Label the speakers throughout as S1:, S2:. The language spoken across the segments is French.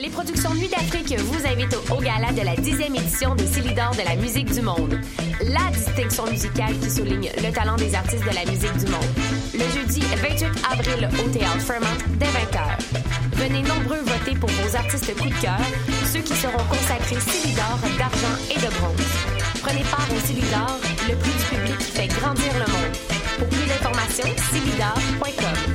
S1: les productions Nuit d'Afrique vous invitent au, au gala de la 10e édition des Célidors de la musique du monde. La distinction musicale qui souligne le talent des artistes de la musique du monde. Le jeudi 28 avril au Théâtre Fremont dès 20h. Venez nombreux voter pour vos artistes coup de cœur, ceux qui seront consacrés Célidors d'argent et de bronze. Prenez part au Célidor, le prix du public qui fait grandir le monde. Pour plus d'informations, célidor.com.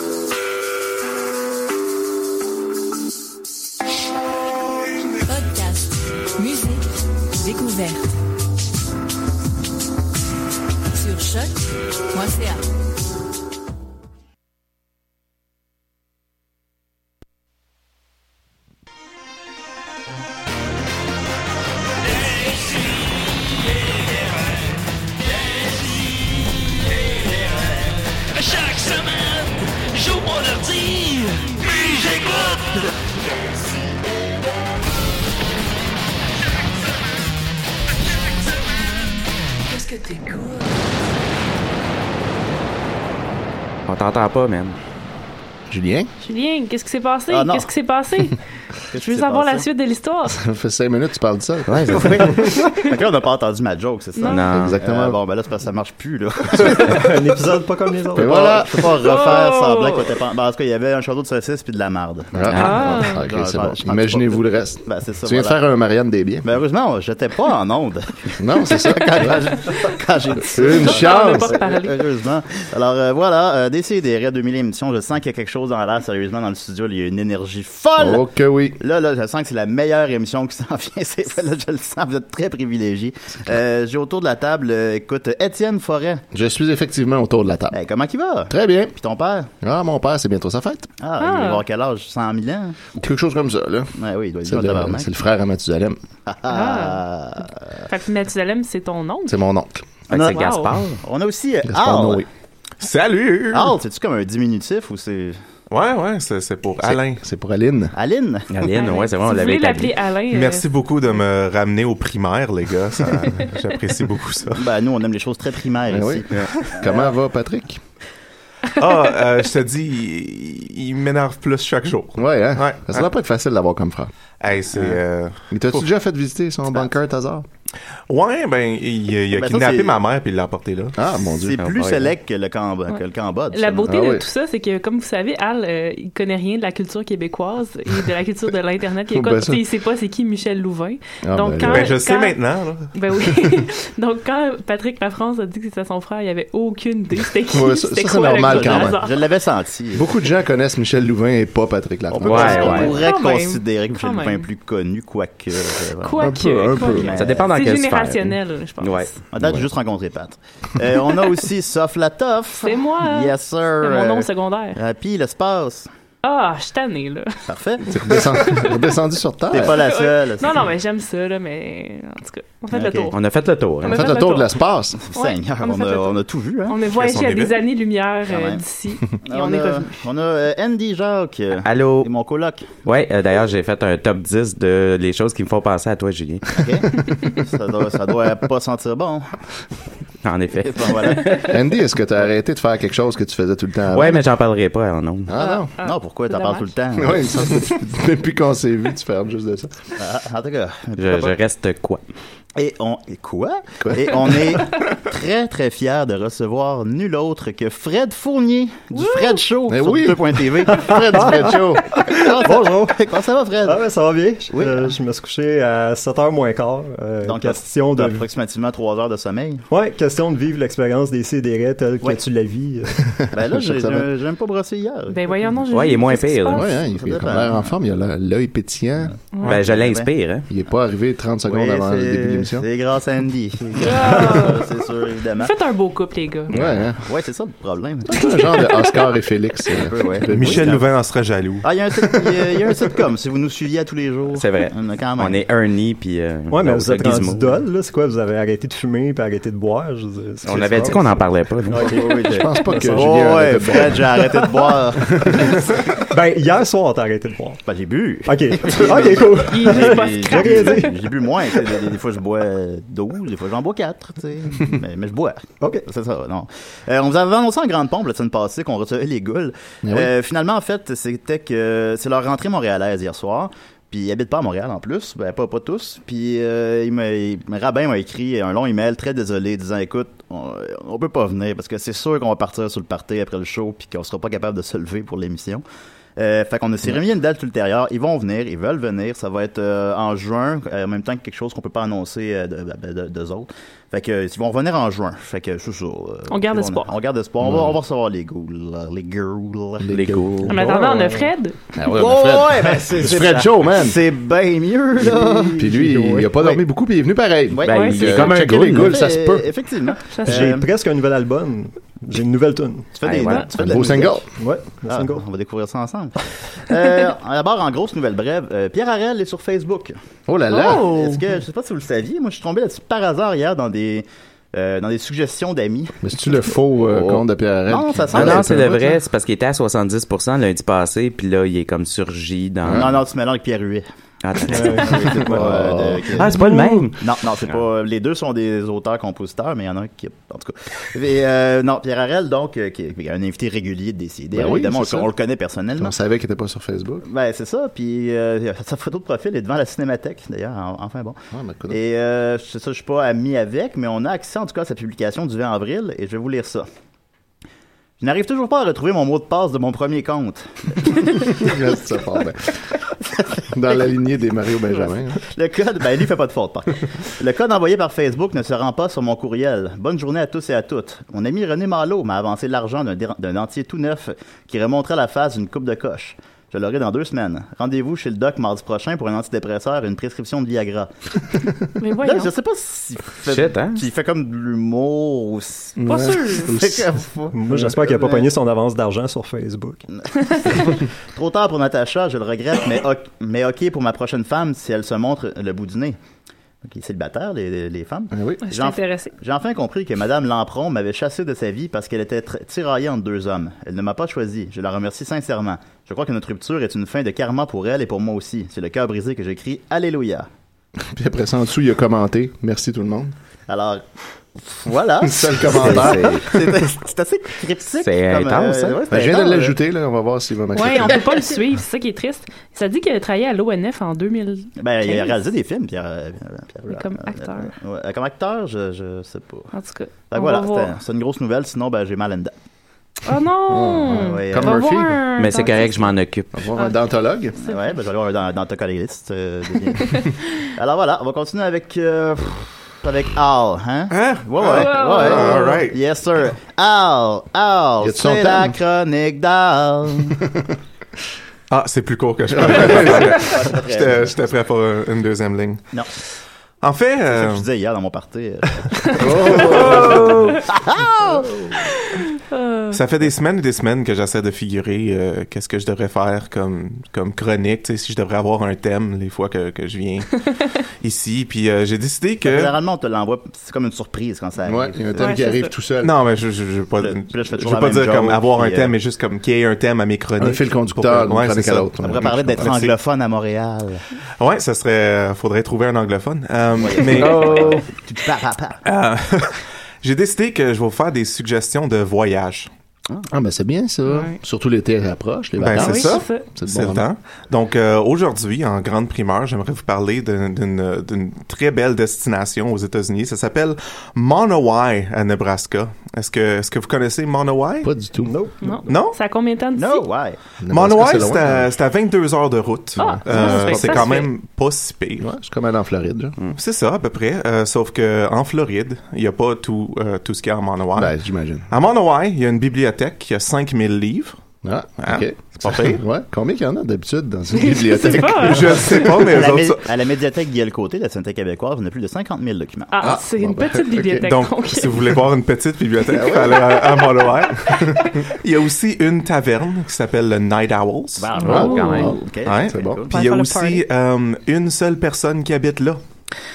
S2: Podcast, musique, découverte. Sur choc.ca.
S3: Chaque semaine, j'ouvre mon ordi, puis j'écoute. Qu'est-ce que t'écoutes?
S4: On t'entend pas, man.
S5: Julien?
S6: Julien, qu'est-ce qui s'est passé?
S5: Ah, non.
S6: qu'est-ce qui s'est passé? Je veux savoir la suite de l'histoire.
S5: Ça fait cinq minutes que tu parles de ça.
S4: Ouais, c'est ça.
S7: Fait que là, on n'a pas entendu ma joke, c'est ça?
S6: Non.
S4: Non.
S5: Exactement.
S7: Euh, bon, ben là, c'est parce que ça marche plus, là. un épisode pas comme les autres.
S5: Et voilà.
S7: voilà. Faut pas refaire
S6: Oh!
S7: semblant que t'es pas. Ben, en tout cas, il y avait un château de saucisse puis de la marde.
S5: Ah,
S7: Ah.
S5: ok, c'est
S7: Ah,
S5: bon.
S7: je pense
S5: Imaginez-vous
S7: pas.
S5: le reste.
S7: Ben, c'est ça.
S5: Tu viens de
S7: voilà.
S5: faire un Marianne des biens.
S7: Ben, heureusement, j'étais pas en onde
S5: Non, c'est ça.
S7: quand j'ai- quand j'ai dit ça.
S5: Une
S6: On n'a
S5: chance.
S6: pas parlé.
S7: Heureusement. Alors euh, voilà, euh, DCDR 2000 émissions, je sens qu'il y a quelque chose dans l'air, sérieusement, dans le studio, il y a une énergie folle.
S5: Oh que oui.
S7: Là, là, je sens que c'est la meilleure émission qui s'en vient. C'est là, je le sens, vous êtes très privilégiés. Euh, J'ai autour de la table, euh, écoute, Étienne Forêt.
S5: Je suis effectivement autour de la table.
S7: Eh, comment il va?
S5: Très bien.
S7: Puis ton père?
S5: Ah, mon père, c'est bientôt sa fête.
S7: Ah,
S6: Ah.
S7: il va avoir quel âge? 100 000 ans?
S5: Quelque chose comme ça, là.
S7: Ouais, oui, il doit être
S5: C'est
S7: bon,
S5: le,
S7: tabarnak.
S5: c'est le frère à Mathusalem.
S7: Ah.
S6: Fait que Mathusalem, c'est ton nom.
S5: C'est mon oncle.
S4: Fait que
S7: Non.
S4: c'est Gaspard.
S7: On a aussi euh,
S5: Gaspard
S7: Al.
S5: Noé.
S8: Salut!
S7: Al, c'est-tu comme un diminutif ou c'est...
S8: Ouais, ouais, c'est c'est pour
S5: C'est-
S8: Alain.
S5: C'est pour Aline.
S7: Aline?
S4: Aline, ouais, c'est vrai, on
S6: Si vous
S4: l'avait
S6: voulez l'appeler
S4: établi.
S6: Alain. euh,
S8: Merci beaucoup de me ramener aux primaires, les gars. Ça- J'apprécie beaucoup ça.
S7: Ben, nous, on aime les choses très primaires
S5: Ben
S7: ici.
S5: oui. Comment va Patrick?
S8: Ah, euh, je te dis, il, il m'énerve plus chaque jour.
S5: Ouais, hein?
S8: Ouais.
S5: Ça doit pas être facile d'avoir comme frère.
S8: Hey,
S9: Ah.
S8: c'est. euh,
S5: Mais t'as-tu
S8: Ouf.
S5: déjà fait visiter son bunker Tazar?
S8: Ouais, ben, il, il a
S7: Ben, ça,
S8: kidnappé
S7: c'est-
S8: ma mère puis il l'a emporté là.
S5: Ah, mon Dieu.
S7: C'est
S4: Ah,
S7: plus
S4: ouais.
S7: select que le, Cambodge. que le Cambodge.
S6: La beauté
S5: Ah
S6: de
S5: oui.
S6: tout ça, c'est que, comme vous savez, Al, euh, il connaît rien de la culture québécoise et de la culture de l'Internet
S5: Oh, ben
S6: québécoise.
S5: ça.
S6: Tu sais, il sait pas c'est qui Michel Louvain.
S5: Ah,
S6: Donc,
S5: ben,
S6: quand-
S8: Ben, je sais
S6: quand-
S8: maintenant. là.
S6: Ben oui. Donc, quand Patrick Lafrance a dit que c'était son frère, il avait aucune idée. C'était qui?
S5: Ouais, ça-
S6: c'était
S5: ça, c'est
S6: quoi le
S5: normal
S6: gars de
S5: quand même.
S6: hasard?
S7: Je l'avais senti.
S5: Beaucoup de gens connaissent Michel Louvain et pas Patrick
S7: On
S5: Lafrance.
S7: peut
S4: Ouais,
S7: cons- on
S4: ouais.
S7: pourrait
S6: Quand même.
S7: considérer que Michel
S6: Quand
S7: Lupin est
S6: même.
S7: plus connu, quoique. euh, voilà.
S6: Quoi
S5: Un
S6: que.
S5: peu, un
S6: quoi
S5: peu.
S6: que.
S4: Ça dépend dans
S6: C'est
S4: quelle sphère.
S6: générationnel, je pense.
S4: Ouais.
S7: On date juste rencontré Pat. Euh, on a aussi Sof Latoff.
S6: C'est moi.
S7: Yes, sir.
S6: C'est mon nom
S7: Euh,
S6: secondaire.
S7: Rapi, l'espace.
S6: Ah, je suis tannée, là.
S7: Parfait.
S5: T'es redescendu, redescendu sur Terre.
S7: T'es pas la seule.
S6: Non, non, mais j'aime ça, là, mais en tout cas, on fait le
S7: Ok.
S6: tour.
S4: On a fait le tour. hein.
S6: On a
S5: Faites
S6: fait
S5: le
S6: le
S5: tour
S6: tour.
S5: de l'espace.
S7: Seigneur,
S6: Ouais, on a
S7: on
S6: fait
S7: a,
S6: le tour.
S7: on a tout vu, hein.
S6: On est
S8: Elles
S6: voyagé
S8: sont
S6: à des
S8: débiles.
S6: années-lumière
S7: Quand
S6: euh,
S7: même.
S6: d'ici et on, est
S7: a,
S6: revenu.
S7: on a, euh, Andy Jacques. euh,
S4: Allô?
S7: C'est mon coloc.
S4: Ouais, euh, d'ailleurs, j'ai fait un top 10 de les choses qui me font penser à toi, Julien.
S7: OK? ça, doit, ça doit pas sentir bon.
S4: En effet.
S7: Bon, voilà.
S5: Andy, est-ce que t'as arrêté de faire quelque chose que tu faisais tout le temps avant?
S4: Ouais, mais j'en parlerai pas en ondes.
S5: Ah non.
S6: Ah,
S7: non, pourquoi?
S6: c'est
S7: T'en parles tout le
S6: dommage.
S7: temps.
S5: Ouais, il me semble que depuis qu'on s'est vu, tu parles juste de ça.
S7: Ah, en tout cas.
S4: Je, je reste quoi?
S7: Et on et quoi? Et on est très très fiers de recevoir nul autre que Fred Fournier du Fred Show
S5: Eh
S7: sur
S5: oui.
S7: deux.tv.
S5: Fred
S7: Ah.
S5: Fredjo.
S7: Bonjour. Comment ça va Fred?
S9: Ah ouais, ça va bien. Je,
S7: Oui.
S9: euh, je me suis couché à 7h moins quart. Euh,
S7: Donc,
S9: question
S7: T'as
S9: de
S7: approximativement trois heures de sommeil.
S9: Ouais, question de vivre l'expérience des CDR telle
S7: Ouais.
S9: que tu la vis.
S7: Ben là, j'ai
S5: Ça va.
S7: j'ai- j'ai même pas brossé hier.
S6: Ben voyons, non, je.
S4: Ouais, il est moins pire, là.
S5: Ouais, hein, il
S7: Ça
S5: il a
S7: dépend.
S5: l'air en forme, il a la- l'œil pétillant.
S6: Ouais.
S4: Ben, je l'inspire, hein.
S5: Il est pas arrivé 30 secondes
S7: Oui,
S5: avant le
S7: c'est-
S5: début de l'émission.
S7: C'est grâce à Andy. c'est sûr, évidemment.
S6: Faites un beau couple, les gars.
S5: Ouais, hein?
S7: Ouais, c'est ça le problème.
S5: C'est un genre de Oscar et Félix. euh,
S7: peu, ouais.
S5: un peu.
S8: Michel Louvain en serait jaloux.
S7: Ah, il y a un site- il y a- il y a un sitcom, si vous nous suiviez à tous les jours.
S4: C'est vrai.
S7: On a quand même.
S4: On est Ernie, puis. euh,
S9: Ouais, mais
S4: l'autre,
S9: vous êtes
S4: Gizmo.
S9: rendu dol, là. C'est quoi? Vous avez arrêté de fumer puis arrêté de boire? Je veux dire, c'est-
S4: On
S9: c'est
S4: avait
S9: pas-
S4: dit qu'on n'en parlait pas. nous.
S7: je
S5: Je pense pas que
S7: Oh
S5: Julien
S7: ouais,
S5: arrêtait de boire.
S7: Fred, j'ai arrêté de boire.
S9: Ben, hier soir, t'as arrêté de boire.
S7: Ben, j'ai bu.
S5: Ah,
S9: OK. OK, cool.
S6: Il est juste pas
S7: J'ai-
S6: scrap.
S9: J'ai rien dit.
S7: J'ai bu moins. tu sais, Des, des fois, je bois euh, 12, des fois, j'en bois 4. tu sais. Mais, mais je bois.
S9: OK.
S7: C'est ça, non. Euh, on vous avait annoncé en grande pompe la semaine passée qu'on recevait les goules.
S5: Mais oui.
S7: Euh, finalement, en fait, c'était que c'est leur rentrée montréalaise hier soir. Puis ils habitent pas à Montréal en plus, ben, pas, pas tous. Puis euh, il m'a- il- Rabin m'a écrit un long email très désolé disant écoute, on, on peut pas venir parce que c'est sûr qu'on va partir sur le party après le show puis qu'on sera pas capable de se lever pour l'émission. Euh, fait qu'on a s'est remis une date ultérieure. Ils vont venir, ils veulent venir. Ça va être euh, en juin, euh, en même temps que quelque chose qu'on peut pas annoncer euh, de, de, de- d'eux autres. Fait que euh, ils vont venir en juin. Fait que c'est ça. euh,
S6: On garde
S7: puis
S6: espoir.
S7: On, garde espoir.
S5: Hmm.
S7: On, va, on va recevoir les ghouls. Les ghouls.
S4: Les ghouls.
S6: Ah, Mais attendez, on a Fred.
S5: Ah ouais,
S7: Oh,
S5: on a Fred.
S7: ouais, ben, c'est,
S5: C'est Fred Show, man.
S7: C'est bien mieux, là.
S5: Puis lui, il a pas dormi beaucoup, puis il est venu pareil.
S7: Ouais.
S4: Ben,
S6: Ouais,
S4: il
S6: c'est
S4: est
S6: ça.
S4: comme un
S5: Checker les
S4: ghoul.
S5: ghouls, ça se
S7: Euh,
S5: peut.
S7: Effectivement.
S6: Ça, c'est-
S9: J'ai
S7: Euh,
S9: presque un nouvel album. J'ai une nouvelle tune.
S7: Tu fais des,
S4: Ouais, voilà.
S7: tu fais
S5: Un
S7: de la
S5: beau
S7: musique.
S5: single.
S9: Ouais, le
S7: Ah,
S9: single.
S7: on va découvrir ça ensemble. euh, D'abord, en grosse nouvelle brève, euh, Pierre Harel est sur Facebook.
S5: Oh là là.
S7: Est-ce que, je sais pas si vous le saviez, moi je suis tombé là-dessus par hasard hier dans des, euh, dans des suggestions d'amis.
S5: Mais c'est-tu le faux euh,
S4: Oh.
S5: compte de Pierre Arel?
S7: Non, ça sent
S4: Ah non, c'est
S7: le
S4: le vrai, c'est parce qu'il était à 70% lundi passé, puis là, il est comme surgi
S5: Hein?
S4: dans.
S7: Non, non, tu mélanges avec Pierre Huet.
S4: Ah, t-
S7: C'est
S5: Oh.
S7: pas, euh, de-
S4: Ah, c'est pas le même!
S7: Non, non,
S5: Ah.
S7: c'est pas. euh, Les deux sont des auteurs-compositeurs, mais il y en a un qui. En tout cas. Et, euh, non, Pierre Harel, donc, euh, qui est un invité régulier de DCD.
S5: Ben oui,
S7: évidemment,
S5: c'est
S7: on,
S5: ça.
S7: on le connaît personnellement.
S5: Euh, On savait qu'il était pas sur Facebook.
S7: Ben, c'est ça. Puis euh, sa photo de profil est devant la cinémathèque, d'ailleurs. En- Enfin bon.
S5: Ah, mais écoute.
S7: Et euh, c'est ça, je suis pas ami avec, mais on a accès en tout cas à sa publication du 20 avril, et je vais vous lire ça. Je n'arrive toujours pas à retrouver mon mot de passe de mon premier compte.
S5: Reste ça fort, ben. Dans la lignée des Mario Benjamin. hein.
S7: Le code, ben lui fait pas de faute, par contre. Le code envoyé par Facebook ne se rend pas sur mon courriel. Bonne journée à tous et à toutes. Mon ami René Malo m'a avancé l'argent d'un dé- d'un entier tout neuf qui remontera la face d'une coupe de coche. Je l'aurai dans deux semaines. Rendez-vous chez le doc mardi prochain pour un antidépresseur et une prescription de Viagra.
S6: Mais
S7: Là,
S6: voyons.
S7: je sais pas s'il fait,
S4: Shit, hein?
S7: s'il fait comme de l'humour ou si-
S6: Pas
S5: Ouais.
S6: sûr.
S7: Fait que-
S9: Moi, j'espère qu'il a pas pogné son avance d'argent sur Facebook.
S7: Trop tard pour Natacha, je le regrette, mais, ok- mais ok pour ma prochaine femme si elle se montre le bout du nez. Ok, célibataire, les, les- les femmes.
S5: Ah oui.
S6: Je suis
S7: J'en-
S6: intéressée.
S7: J'ai enfin compris que Madame Lampron m'avait chassé de sa vie parce qu'elle était tr- tiraillée entre deux hommes. Elle ne m'a pas choisi. Je la remercie sincèrement. Je crois que notre rupture est une fin de karma pour elle et pour moi aussi. C'est le cœur brisé que j'écris Alléluia.
S5: Puis après ça, en dessous, il a commenté. Merci tout le monde.
S7: Alors, voilà.
S5: Seul commentaire.
S7: C'est c'est assez cryptique.
S4: C'est
S7: comme, euh,
S4: intense, hein?
S7: ouais, c'est
S5: Ben, je viens de
S7: intense,
S5: l'ajouter, là. On va voir s'il va m'accepter.
S6: Ouais, on peut pas le suivre, c'est ça qui est triste. Ça dit qu'il a travaillé à l'ONF en 2000.
S7: hein. Ben, il a
S6: 15.
S7: réalisé des films, Pierre. euh, Pierre-
S6: Mais comme
S7: euh,
S6: acteur.
S7: euh, ouais, comme acteur, je, je sais pas.
S6: En tout cas.
S7: Fait que
S6: on
S7: Ben, voilà,
S6: va
S7: c'était-
S6: voir.
S7: c'est une grosse nouvelle, sinon ben, j'ai mal à une dent.
S6: Oh non!
S7: ouais,
S6: On
S5: Comme
S6: va
S5: Murphy.
S6: voir un
S4: Mais c'est
S6: dentiste.
S4: correct, je m'en occupe.
S5: On va voir un dentologue.
S7: Ouais, ben, je vais aller voir dans, dans ta coloriste. euh, des- Alors voilà, on va continuer avec, euh, pff, avec Al, hein?
S8: Hein?
S7: Ouais, ouais, ouais.
S6: Ah,
S7: ouais.
S8: all right.
S7: Yes, sir. Al, Al,
S5: Y a-tu son
S7: c'est la
S5: thème?
S7: chronique d'Al.
S8: Ah, c'est plus court que je pensais. J'étais- J'étais prêt pour un- une deuxième ligne.
S7: Non,
S8: En fait,
S7: c'est ce que
S8: euh,
S7: je disais hier dans mon party. euh,
S8: ça fait des semaines et des semaines que j'essaie de figurer euh, qu'est-ce que je devrais faire comme, comme chronique, tu sais, si je devrais avoir un thème les fois que, que je viens ici. Puis euh, j'ai décidé que...
S7: Généralement, on te l'envoie, c'est comme une surprise quand ça arrive.
S5: Ouais, il y a un thème
S6: Ouais,
S5: qui
S6: c'est
S5: arrive
S6: ça.
S5: tout seul.
S8: Non, mais je, je, je, veux pas,
S7: Puis Euh, là, je fais
S8: je
S7: toujours
S8: veux
S7: la
S8: pas
S7: même
S8: dire
S7: joke,
S8: comme avoir un
S7: puis, euh,
S8: thème, mais juste comme qu'il y ait un thème à mes chroniques.
S5: Un fil
S8: pour
S5: conducteur
S8: que-
S5: d'une
S8: ouais,
S5: chronique
S8: c'est
S5: à
S8: ça.
S5: l'autre.
S7: On pourrait parler d'être
S8: Pratique.
S7: anglophone à Montréal.
S8: Ouais, ça serait... euh, faudrait trouver un anglophone. Euh, mais...
S7: Tu te pa, pa, pa.
S8: Euh, J'ai décidé que je vais vous faire des suggestions de voyage.
S5: Ah, ben c'est bien ça. Surtout l'été approche, les
S8: Ben,
S5: vacances.
S8: c'est
S6: oui,
S8: ça.
S6: c'est ça.
S5: Bah C'est le
S8: C'est
S5: bon
S8: le
S5: moment.
S8: temps. Donc euh, aujourd'hui, en grande primeur, j'aimerais vous parler d'un- d'une d'une très belle destination aux États-Unis. Ça s'appelle Monowai à Nebraska. Est-ce que est-ce que vous connaissez Monowai?
S5: Pas du tout.
S9: No.
S6: Non.
S8: Non?
S6: Ça a combien de temps d'ici?
S7: No, ouais.
S8: Monowai,
S5: Nebraska,
S8: c'est
S5: loin.
S8: à, c'est à 22 heures de route. Euh,
S6: Ah, ça se fait,
S8: c'est
S6: ça
S8: quand
S6: se fait.
S8: même pas si pire.
S5: hein. Ouais, c'est comme aller en Floride, genre.
S8: C'est ça à peu près. Euh, sauf que en Floride, il n'y a pas tout euh, tout ce qu'il y a à Monowai.
S5: Ben, j'imagine.
S8: À Monowai, il y a une bibliothèque qui a 5000 livres.
S5: Ah,
S8: Hein?
S5: ok.
S8: C'est pas pire.
S5: Ouais. Combien il y en a d'habitude dans une bibliothèque?
S6: Ah.
S8: Je ne sais pas, Oh, mais
S7: à,
S8: eux
S7: la,
S8: autres.
S7: mé- à la médiathèque Guillaume Côté, la Cinéthèque québécoise, on a plus de 50 000 documents.
S6: Ah,
S5: Ah,
S6: c'est
S5: bon
S6: une
S5: ben,
S6: petite
S5: ok.
S6: bibliothèque.
S8: Donc,
S6: donc.
S8: si vous voulez voir une petite bibliothèque,
S5: Ben
S8: allez à, à Mont-Lawyer. Il y a aussi une taverne qui s'appelle le Night Owls.
S7: Bah,
S5: Ah,
S6: Oh.
S4: quand même.
S7: ok,
S8: Ouais.
S7: très
S5: C'est bon.
S7: cool.
S8: Puis il y a
S6: Faire le
S8: aussi
S6: party.
S8: euh, une seule personne qui habite là.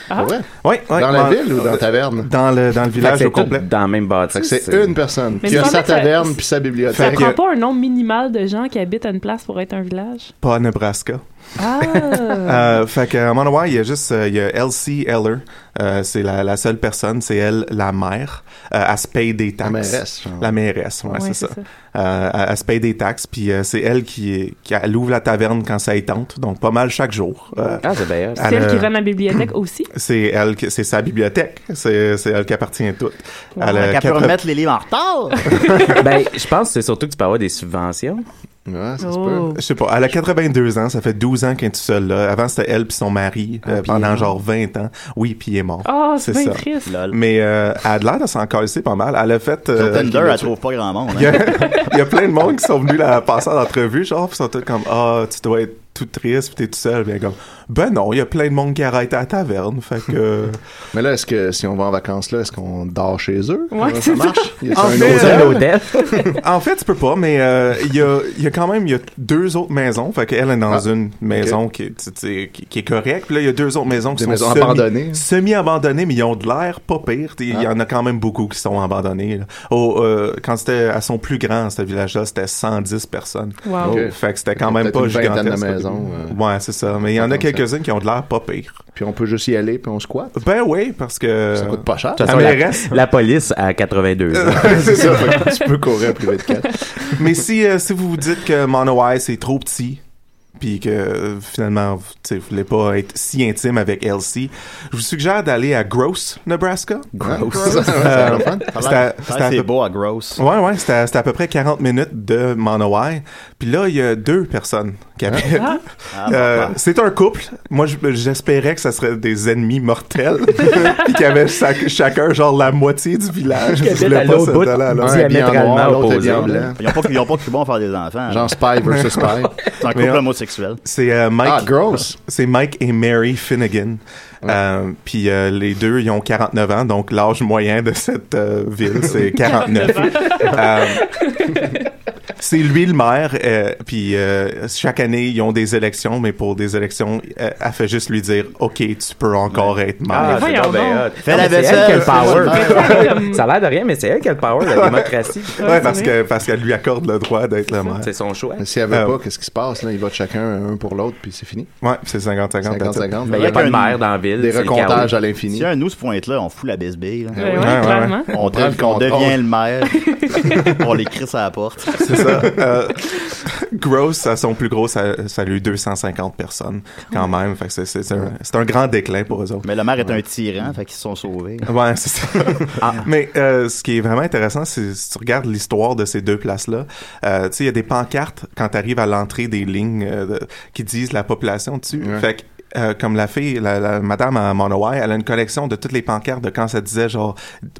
S5: Ah ouais?
S8: Ouais, ouais,
S5: Dans la
S8: ouais.
S5: ville ou dans la taverne?
S8: Dans le, dans le
S4: Fait que
S8: village
S4: c'est
S8: au
S4: tout
S8: complet.
S4: dans la même
S5: Fait
S4: bâtisse.
S5: que c'est une personne
S6: Mais
S5: qui
S6: ça
S5: a sa
S6: semble que ça-
S5: taverne puis sa
S6: Ça
S8: Fait
S5: bibliothèque.
S8: que-
S6: prend pas un nombre minimal de gens qui habitent à une place pour être un village.
S8: Pas à Nebraska.
S6: Ah!
S8: Euh, fait qu'à Monowai, il y a juste euh, il y a Elsie Eller. Euh, c'est la, la seule personne, c'est elle, la mère. Euh, elle se paye des
S5: La
S8: taxes.
S5: mairesse, genre.
S8: La mairesse, ouais, c'est ça. Euh, elle, elle se paye des taxes, puis euh, c'est elle qui, est- qui elle ouvre la taverne quand ça y tente, donc pas mal chaque jour. Euh,
S4: Ah, c'est bien.
S8: elle,
S6: Celle qui
S8: euh,
S6: va à ma bibliothèque aussi.
S8: c'est elle, qui- c'est sa bibliothèque, c'est c'est elle qui appartient à tout. Elle a
S7: Fait qu'elle peut
S8: 80
S7: remettre les livres en retard.
S4: ben, je pense que c'est surtout que tu peux avoir des subventions.
S5: Ouais, ça se peut.
S6: Oh.
S8: je sais pas, elle a 82 ans, ça fait 12 ans qu'elle est toute seule là. Avant c'était elle puis son mari euh, pendant genre 20 ans. Oui, puis il est mort.
S6: Ah, c'est
S8: C'est
S6: bien
S8: ça.
S6: triste.
S7: Lol.
S8: Mais euh, elle a l'air de s'en casser pas mal. Elle a fait.
S7: Sur
S8: euh,
S7: Tinder,
S8: elle-
S7: elle trouve pas grand monde. hein.
S8: il, y a, il y a plein de monde qui sont venus la passer en entrevue, genre, pis sont tous comme Ah, tu dois être tout triste, pis t'es tout seul. Puis elle est comme Ben non, il y a plein de monde qui arrête à la taverne. Fait que.
S5: Mais là, est-ce que si on va en vacances là, est-ce qu'on dort chez eux?
S6: Ouais,
S5: Comment
S6: c'est
S5: ça marche? Y a-t-il
S8: En
S5: un
S8: fait,
S5: hôtel?
S4: Un hôtel.
S8: en fait, tu peux pas, mais euh, il y, a, il y a quand même il y a deux autres maisons. Fait qu'elle est dans
S5: Ah,
S8: une maison qui, est- tu sais, qui, qui est correcte. Puis là, il y a deux autres maisons qui
S5: Des
S8: sont
S5: maisons
S8: semi-
S5: abandonnées. hein. Ah.
S8: Semi-abandonnées, mais ils ont de l'air pas pire. T'sais, Il y en a quand même beaucoup qui sont abandonnés. là. Au, euh, quand c'était à son plus grand, ce village-là, c'était 110 personnes.
S6: Wow.
S5: Ok.
S8: Fait que c'était
S5: y
S8: quand
S5: a
S8: même
S5: peut-être
S8: pas
S5: une vingtaine de
S8: gigantesque. au
S5: maisons, euh. Ah,
S8: début. ouais, c'est ça. Mais il y en a
S5: comme ça.
S8: quelques-unes qui ont de l'air pas pire.
S5: Puis on peut juste y aller puis on squatte.
S8: Ben oui, parce que...
S5: Ça coûte pas cher. Ah,
S4: De toute façon,
S8: mais
S4: la,
S8: reste- Ah,
S4: la police à 82 ans.
S5: c'est ça. fait que tu peux courir plus vite qu'elle.
S8: Mais si, euh, si vous vous dites que Monowai, c'est trop petit, puis que euh, finalement, vous- tu sais, vous voulez pas être si intime avec Elsie, je vous suggère d'aller à Gross, Nebraska. Euh,
S5: Gross. Ça, ouais, ça va fun.
S7: Ça a
S8: C'est
S7: l'air- ça
S8: à-
S7: a
S8: c'est à
S7: l'air que
S8: peu-
S7: C'est beau à gross.
S8: Ouais, ouais, c'était à, c'était à peu près 40 minutes de Monowai. Puis là, il y a deux personnes
S5: Hein?
S8: qui habitent.
S4: Ah.
S8: Euh, c'est un couple. Moi, je- j'espérais que ça serait des ennemis mortels. Puis qu'il y avait chac- chacun, genre, la moitié du village.
S4: Qui
S8: Je voulais
S4: habitent à
S8: pas
S4: l'autre
S8: cette
S4: bout.
S8: là
S5: Un est bien en
S4: Diamétralement
S5: noir, l'autre est
S4: opposé,
S5: bien
S4: là.
S5: blanc.
S7: Ils ont pas, ils ont pas cru bon à faire des enfants. hein.
S5: Genre spy versus spy.
S7: c'est un couple
S8: Mais, euh,
S7: homosexuel.
S8: C'est euh, Mike.
S5: Ah, gross.
S8: C'est Mike et Mary Finnegan. Euh, Puis euh, les deux, ils ont 49 ans, donc l'âge moyen de cette euh, ville, c'est 49. Euh, c'est lui le maire. euh, Puis euh, chaque année, ils ont des élections, mais pour des élections, euh, elle fait juste lui dire, ok, tu peux encore être maire.
S6: voyons
S4: Ah, donc bien
S6: donc.
S4: hot.
S7: Fais
S4: Non,
S7: la
S4: mais c'est
S7: vaisselle.
S4: elle qui a le
S6: Fais la
S4: power.
S6: vaisselle.
S4: Ça a l'air de rien, mais c'est elle qui a le power, la démocratie.
S8: Ouais, parce que parce qu'elle lui accorde le droit d'être le maire.
S4: C'est son choix.
S5: Mais S'il n'y avait
S8: Euh,
S5: pas, qu'est-ce qui se passe? Là, il va de chacun un pour l'autre puis c'est fini.
S8: Ouais, c'est 50-50. that's it.
S5: 50-50.
S4: Ben, Il n'y a
S7: Avec
S4: pas de
S7: un-
S4: maire dans la ville.
S5: Des
S4: c'est le
S5: recomptages
S4: chaos.
S5: à l'infini.
S7: Si un nous ce point-là, on fout la bisbille. là.
S6: Ouais, ouais,
S8: Ouais, ouais,
S6: Ben clairement.
S7: On,
S5: prend le
S7: dev- on
S5: compte-
S7: devient le maire. on les crie à la porte.
S8: C'est ça. Euh, Gross, à son plus gros, ça, ça a eu 250 personnes quand même. Fait que c'est, c'est, c'est un, c'est un grand déclin pour eux autres.
S7: Mais le maire est un tyran, fait qu'ils se sont sauvés.
S8: Ouais, c'est ça.
S5: Ah.
S8: Mais euh, ce qui est vraiment intéressant, c'est si tu regardes l'histoire de ces deux places-là, euh, tu sais, il y a des pancartes quand tu arrives à l'entrée des lignes euh, de- qui disent la population dessus.
S5: Ouais.
S8: Fait que euh, comme la fille, la, la madame à Monowai, elle a une collection de toutes les pancartes de quand ça disait genre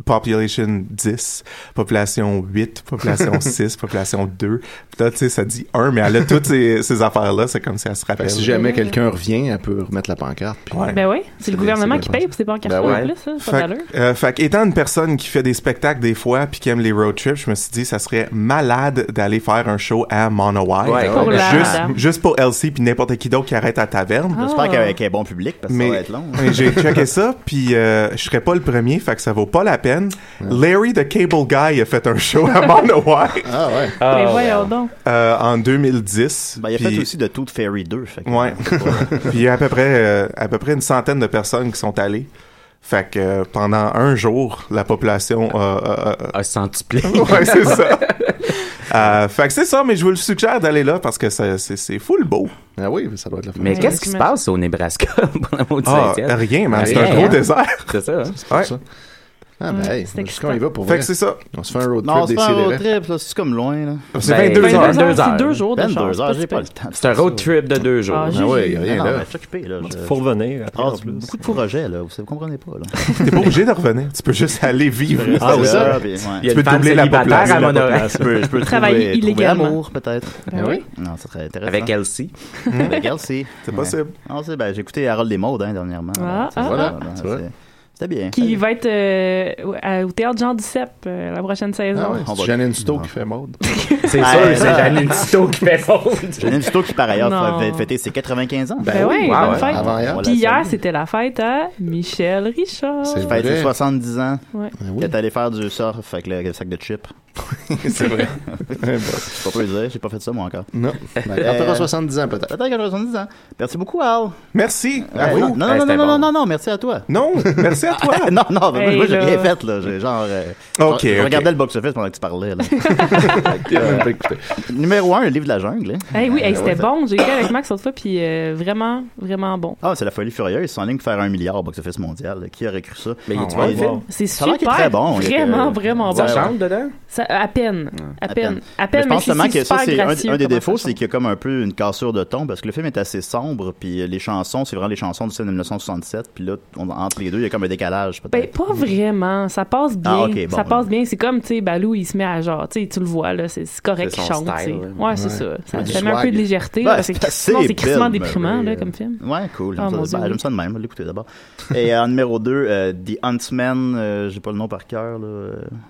S8: population 10, population 8, population 6, population 2. Puis là, tu sais, ça dit 1, mais elle a toutes ces, ces affaires-là, c'est comme si elle se
S5: Fait
S8: rappelle.
S5: que si jamais quelqu'un revient, elle peut remettre la pancarte. Puis...
S8: Ouais.
S6: Ben oui, c'est le
S5: bien, c'est
S6: gouvernement
S5: bien
S6: qui
S5: pensé.
S6: paye pour ces pancartes-là
S5: Ben ouais.
S6: en plus, ça, ça
S8: Fait,
S6: a d'allure.
S8: que- euh, fait que étant une personne qui fait des spectacles des fois puis qui aime les road trips, je me suis dit ça serait malade d'aller faire un show à Monowai.
S4: Ouais,
S6: Pour la Ah
S8: juste,
S6: madame.
S8: juste pour Elsie puis n'importe qui d'autre qui arrête à taverne.
S7: J'espère qu'avec un bon public, parce que ça va être long. hein.
S8: mais j'ai checké ça puis euh, je serais pas le premier, fait que ça vaut pas la peine. Larry the Cable Guy a fait un show à Monowai
S5: Ah ouais.
S6: Mais voyons donc.
S8: euh, en 2010.
S7: Ben, il a
S8: puis-
S7: fait aussi de Tooth Fairy 2. Fait que-
S8: Ouais. Puis il y a à peu près euh, à peu près une centaine de personnes qui sont allées. Fait que euh, pendant un jour, la population a- a- a-
S4: Ah, centuplé.
S8: ouais, c'est ça. Euh, fait que c'est ça, mais je vous le suggère d'aller là parce que ça- c'est c'est full beau.
S5: Ah oui, ça doit être la fin.
S4: Mais
S6: Ouais,
S4: qu'est-ce qui se
S6: j'imagine.
S4: passe au Nebraska pour la maudite
S8: Ah,
S4: Saint-Ciel?
S8: rien, man. C'est un
S4: Rien,
S8: gros
S4: hein?
S8: désert.
S4: C'est ça, hein?
S8: Ouais.
S5: ça. Ah ben, hey,
S6: c'est
S5: jusqu'à on y va pour
S8: Fait
S5: vrai.
S8: que c'est ça.
S5: On se fait un road
S7: Non,
S5: trip
S7: c'est
S5: des
S7: pas un road
S5: CDR.
S7: trip, là, c'est comme loin. là.
S8: C'est
S4: Ben,
S8: 22 heures.
S6: 22 heures,
S4: heures.
S6: c'est deux jours de
S7: 22
S6: charge,
S7: Ben, heures,
S6: pas
S7: j'ai
S6: si
S7: pas
S6: pire.
S7: le temps.
S4: C'est un road trip de deux jours.
S6: Ah,
S5: Ah ouais, y a rien
S7: Non, non,
S5: là.
S7: ben, je suis occupé, là. Je
S9: Faut revenir. après, en
S7: trace
S9: plus.
S7: beaucoup de projets, là. Vous ne comprenez pas, là.
S8: T'es pas obligé de revenir. Tu peux juste aller vivre.
S7: Ah,
S5: oui,
S7: oui,
S5: ça.
S7: ça. puis, ouais.
S4: Il y a
S8: Tu peux
S4: une femme
S8: doubler la
S4: célibataire à
S8: population.
S4: Monorail.
S7: Je peux, je peux
S6: Travailler
S7: trouver- trouver
S6: illégalement.
S7: l'amour, peut-être.
S5: Ah
S6: Ben oui.
S7: Non, ça serait intéressant.
S4: Avec Elsie.
S7: Avec elle, si.
S8: C'est
S7: Ouais.
S8: possible.
S7: Non, c'est, ben, j'ai écouté Harold Desmaudes, hein, dernièrement.
S6: Ah,
S7: C'est-
S6: ah,
S5: Voilà,
S7: c'est-
S5: tu vois.
S7: c'est- C'était bien.
S6: Qui va être euh, à- au théâtre Jean Duceppe euh, la prochaine saison.
S5: Ah ouais,
S7: On va-
S5: c'est Janine Stowe
S7: Non.
S5: qui fait mode.
S6: Oh.
S4: C'est
S7: Ah,
S4: sûr,
S7: ouais.
S4: c'est Janine Tito qui fait faute.
S7: Janine Souto qui, par ailleurs,
S6: Non.
S7: fait fêter ses 95 ans.
S6: Ben oui,
S4: Ah
S6: bonne
S4: ouais,
S6: fête.
S5: Avant hier.
S7: on
S6: Puis
S7: la
S6: hier,
S7: salue.
S6: c'était la fête à Michel Richard.
S5: C'est
S7: Fête ses
S5: vrai.
S7: 70 Ben, ans.
S5: Ben
S7: Elle
S5: oui.
S7: est allée faire du surf avec le, le sac de chips.
S8: C'est vrai.
S7: C'est pas peu le dire, j'ai pas fait ça moi encore.
S5: Non. Ben, elle aura 70 ans peut-être.
S7: Peut-être qu'elle a 70 ans. Merci beaucoup, Al.
S8: Merci à
S7: Ouais,
S8: vous.
S7: non, non,
S4: Ouais,
S7: non,
S4: c'était
S7: non, non,
S4: bon.
S7: non, non, merci à toi.
S8: Non, merci à toi.
S7: non, non, mais
S6: Hey,
S7: moi j'ai
S6: là.
S7: rien fait là. J'ai genre. euh,
S8: Ok,
S7: je
S8: ok.
S7: regardais le box-office pendant que tu parlais. Là.
S5: Elle a même pas écouté.
S7: Ah, Numéro 1, le livre de la jungle. hein.
S6: Eh oui, hey, c'était bon. J'ai été avec Max l'autre fois, puis euh, vraiment, vraiment bon.
S7: Ah, c'est la folie furieuse. Ils sont en ligne pour faire un milliard au box-office mondial. là. Qui aurait cru ça?
S4: Mais il y a
S8: Ah,
S4: du
S8: ouais.
S4: bon film.
S6: C'est
S7: Ça a l'air
S6: super.
S7: qu'il est très bon, il était-
S6: Vraiment, vraiment bon.
S4: Ça chante dedans?
S6: Ça- à peine. À peine. À
S7: Mais
S6: peine,
S7: je
S6: mais,
S7: pense
S6: c'est
S7: seulement que
S6: c'est
S7: ça,
S6: super
S7: c'est un,
S6: gracieux
S7: un des
S6: comment
S7: défauts,
S6: ça
S7: c'est qu'il y a comme un peu une cassure de ton parce que le film est assez sombre, puis euh, les chansons, c'est vraiment les chansons du film de 1967, puis là, on- entre les deux, il y a comme un décalage,
S6: Ben,
S7: peut-être.
S6: pas vraiment. Ça passe bien.
S7: Ah, ok, bon.
S6: ça passe bien. C'est comme, tu sais, Balou, il se met à genre, tu sais, tu le vois, là, c'est c'est correct
S4: C'est
S6: qu'il
S4: son
S6: chante, tu sais.
S4: style,
S6: Ouais,
S4: ouais.
S6: c'est ça. Ça,
S5: du
S6: ça met un peu
S5: swag.
S6: de légèté.
S7: Ben,
S6: parce que
S7: c'est assez
S6: sinon, c'est crissement
S7: belle,
S6: déprimant,
S7: mais,
S6: là,
S7: euh,
S6: comme film.
S7: Ouais, cool.
S6: Ah,
S7: J'aime
S6: mon Dieu,
S7: ça, ben,
S6: oui.
S7: j'aime ça de même, on va l'écouter d'abord. Et euh, en numéro 2, The Huntsman, euh, j'ai pas le nom par cœur. là.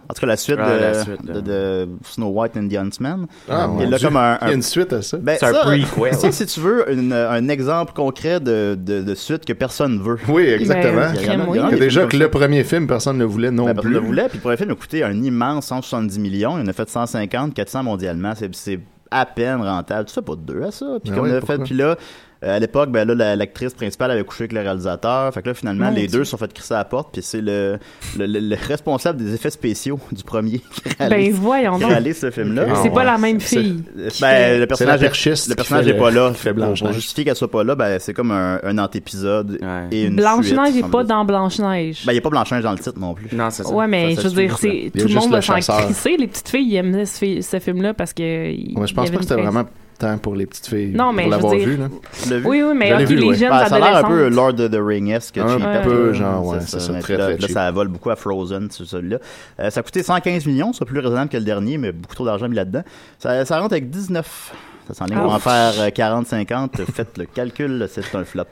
S7: En tout cas, la suite,
S4: Ah,
S7: de,
S4: la suite,
S7: de- de Snow White and The Huntsman.
S5: Ah, mon
S7: Il a
S5: Dieu.
S7: comme un-
S5: Il y a une suite à ça.
S7: Ben,
S4: C'est un
S7: ça,
S4: prequel.
S7: Ça, si tu veux, une- un exemple concret de, de, de suite que personne veut.
S5: Oui, exactement.
S6: Ben,
S7: Il y en a- il y en a
S6: oui.
S7: des
S5: Déjà
S7: films
S5: que
S7: comme ça.
S5: le premier film, personne ne le voulait non
S7: Ben, personne
S5: plus.
S7: ne voulait. Puis le premier film a coûté un immense 170 millions. Il en a fait 150, 400 mondialement. C'est- C'est à peine rentable. Tu fais pas de deux à ça. Puis
S5: Ah
S7: comme
S5: ouais,
S7: on a
S5: pourquoi?
S7: fait, puis là, euh, à l'époque, ben là, la- l'actrice principale avait couché avec le réalisateur. Fait que là, finalement,
S6: Mon
S7: les
S6: Dieu.
S7: deux se sont fait crisser à la porte. Puis c'est le, le, le- le responsable des effets spéciaux du premier qui
S6: Ben,
S7: réalise,
S6: voyons
S7: qui
S6: donc.
S7: réalise ce film-là.
S6: C'est
S8: Ah,
S6: pas
S8: ouais.
S6: la même fille.
S7: Euh,
S6: qui
S7: Ben,
S6: fait-
S7: le personnage,
S5: la perchiste
S7: le
S5: qui
S7: personnage
S5: fait
S7: n'est
S5: le-
S7: pas là.
S5: qui fait
S7: Pour- pour
S5: Blanche-Neige.
S7: justifier qu'elle soit pas là, ben, c'est comme un, un antépisode
S4: Ouais.
S7: et une
S6: Blanche-Neige
S7: suite,
S6: n'est pas
S7: semble-t-il.
S6: dans Blanche-Neige.
S7: Ben, il n'y a pas Blanche-Neige dans le titre non plus.
S4: Non, c'est ça.
S6: ouais, mais
S7: ça
S6: je
S7: se
S6: veux dire,
S7: suit, là.
S6: c'est-
S5: y a
S6: tout le
S5: juste
S6: monde
S5: le
S6: va s'en
S5: chasseur.
S6: crisser. Les petites filles, ils aimaient ce, fi- ce film-là parce que. il-
S5: Ouais, je pense
S6: il y avait
S5: pas que c'était
S6: une
S5: vraiment tant pour les petites filles
S6: Non, mais
S5: pour
S6: je
S5: l'avoir
S6: veux dire-
S5: vu. Là.
S7: Tu l'as vu?
S6: Oui, oui, mais
S5: Je l'ai
S6: ok,
S5: vu,
S6: les
S5: ouais.
S6: jeunes
S7: Ben, ça a l'air un peu
S6: adolescentes.
S7: Lord of the Ring-esque.
S5: Un
S7: cheap,
S5: peu,
S7: là.
S5: genre, ouais, c'est ça,
S7: Mais
S5: très,
S7: là,
S5: très
S7: là,
S5: cheap.
S7: ça vole beaucoup à Frozen, c'est celui-là. Euh, ça a coûté 115 millions, c'est plus raisonnable que le dernier, mais beaucoup trop d'argent mis là-dedans. Ça, ça rentre avec 19. Ça s'en est
S6: Ah,
S7: pour en
S6: ouf.
S7: faire euh, 40-50. Faites le calcul, là, c'est un flop.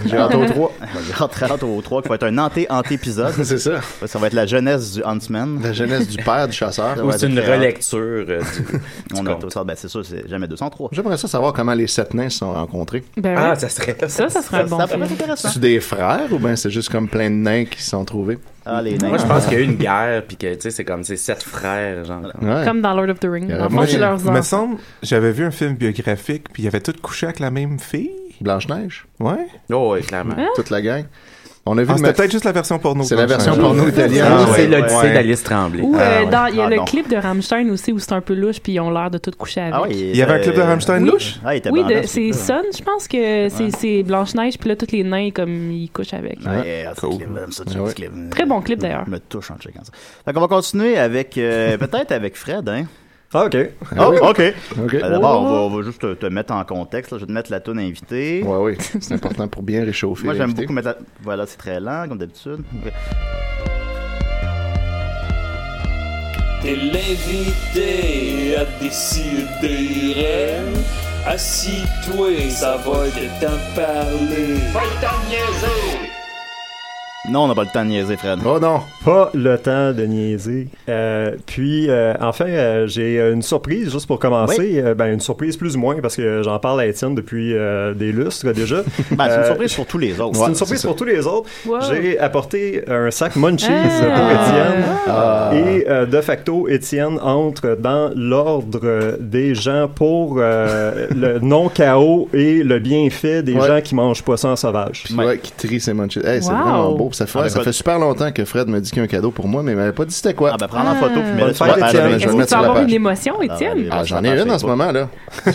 S5: Gérard au 3.
S7: Rentre au 3, qui va être un anté-antépisode.
S5: C'est ça.
S7: Ça va être la jeunesse du Huntsman.
S5: La jeunesse du père du chasseur.
S4: Ou c'est une
S7: Ouais,
S4: relecture euh, du-
S7: On
S4: du
S7: a
S4: conte.
S7: tout ça. Ben, c'est sûr, c'est jamais 203.
S5: J'aimerais ça savoir comment les sept nains se sont rencontrés.
S6: Ben
S4: Ah,
S6: oui.
S4: ça serait...
S6: Ça, ça serait un bon
S7: Ça pourrait
S6: film.
S7: être intéressant.
S5: C'est des frères ou bien c'est juste comme plein de nains qui se sont trouvés?
S7: Ah, les nains.
S4: Moi, je pense qu'il y a eu une guerre, puis que, tu sais, c'est comme, c'est sept frères, genre.
S5: Ouais.
S6: Comme dans Lord of the Rings.
S5: Euh,
S6: Dans le
S5: moi,
S6: fond, c'est
S5: j'ai-
S6: leurs
S8: Il me
S6: enfants.
S8: semble, j'avais vu un film biographique, puis il avait tout couché avec la même fille.
S5: Blanche-Neige,
S8: Ouais.
S4: Oh, oui, clairement.
S6: Hein?
S5: toute la gang. On a vu
S8: Ah,
S5: le
S8: c'était
S5: ma-
S8: peut-être juste la version porno.
S5: C'est la version porno italienne.
S4: Ah,
S8: ouais,
S4: c'est
S8: ouais.
S4: l'Odyssée
S8: Ouais.
S4: d'Alice Tremblay.
S6: Ou euh,
S8: ouais.
S6: dans- il y a
S7: Ah,
S6: le
S7: non.
S6: clip de Rammstein aussi où c'est un peu louche puis ils ont l'air de tout coucher avec.
S7: Ah ouais,
S8: Il y avait un clip de Rammstein
S6: Oui.
S8: louche?
S7: Ah, il était
S6: Oui,
S7: bandant,
S6: de-
S7: ce
S6: c'est
S7: clip-là.
S6: Sun, je pense que c'est- c'est Blanche-Neige, puis là, tous les nains, comme, ils couchent avec.
S7: Ouais, ah, ce
S8: Cool.
S7: clip, j'aime ça, j'aime
S5: Ben Ouais.
S7: ce clip.
S6: Très bon clip, d'ailleurs.
S7: Je me touche en checkant ça. Fait qu'on va continuer avec, euh, peut-être avec Fred, hein.
S9: Ah, OK.
S7: Oh, OK.
S5: OK.
S7: Euh, D'abord, on va- on va, juste te, te mettre en contexte. là. Je vais te mettre la toune invitée.
S5: Ouais, oui. C'est important pour bien réchauffer.
S7: Moi, j'aime
S5: l'invité.
S7: beaucoup mettre la... Voilà, c'est très lent, comme d'habitude.
S3: T'es l'invité à décider. Assis-toi, ça va de t'en parler. Va t'en niaiser!
S7: Non, on n'a pas le temps de niaiser, Fred.
S5: Oh non!
S9: Pas le temps de niaiser. Euh, puis, euh, enfin, euh, j'ai une surprise juste pour commencer. Euh, ben, une surprise plus ou moins parce que j'en parle à Étienne depuis euh, des lustres déjà.
S7: Ben, c'est une
S9: Euh,
S7: surprise pour tous les autres.
S9: C'est une surprise pour tous les autres.
S6: Wow.
S9: J'ai apporté un sac Munchies pour
S6: Ah.
S9: Étienne. Et euh, de facto, Étienne entre dans l'ordre euh, des gens pour euh, le non-chaos et le bienfait des
S5: Ouais.
S9: gens qui mangent poisson sauvage.
S5: Puis ouais, qui trie ses munchies. Hey, c'est
S6: Wow.
S5: vraiment beau. Ça fait,
S7: Ah, ben,
S5: ça
S7: pas-
S5: fait super longtemps que Fred me dit qu'il y a un cadeau pour moi, mais il m'avait pas dit c'était quoi.
S7: Ah, ben, prends en photo, puis mets-le
S9: Bonne
S7: sur
S9: fête,
S7: la page.
S9: Étienne.
S5: Je vais
S6: Est-ce
S5: le
S6: que tu
S5: mettre sur
S6: vas
S7: Ah,
S5: la
S6: avoir
S7: bah,
S5: page.
S6: une émotion, Étienne?
S5: Ah, j'en ai une en ce moment, là.
S7: La,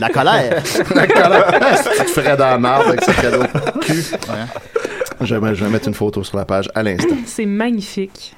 S7: la colère.
S5: La colère! C'est Fred en marde avec ce cadeau. Je vais, je vais mettre une photo sur la page à l'instant.
S6: C'est magnifique.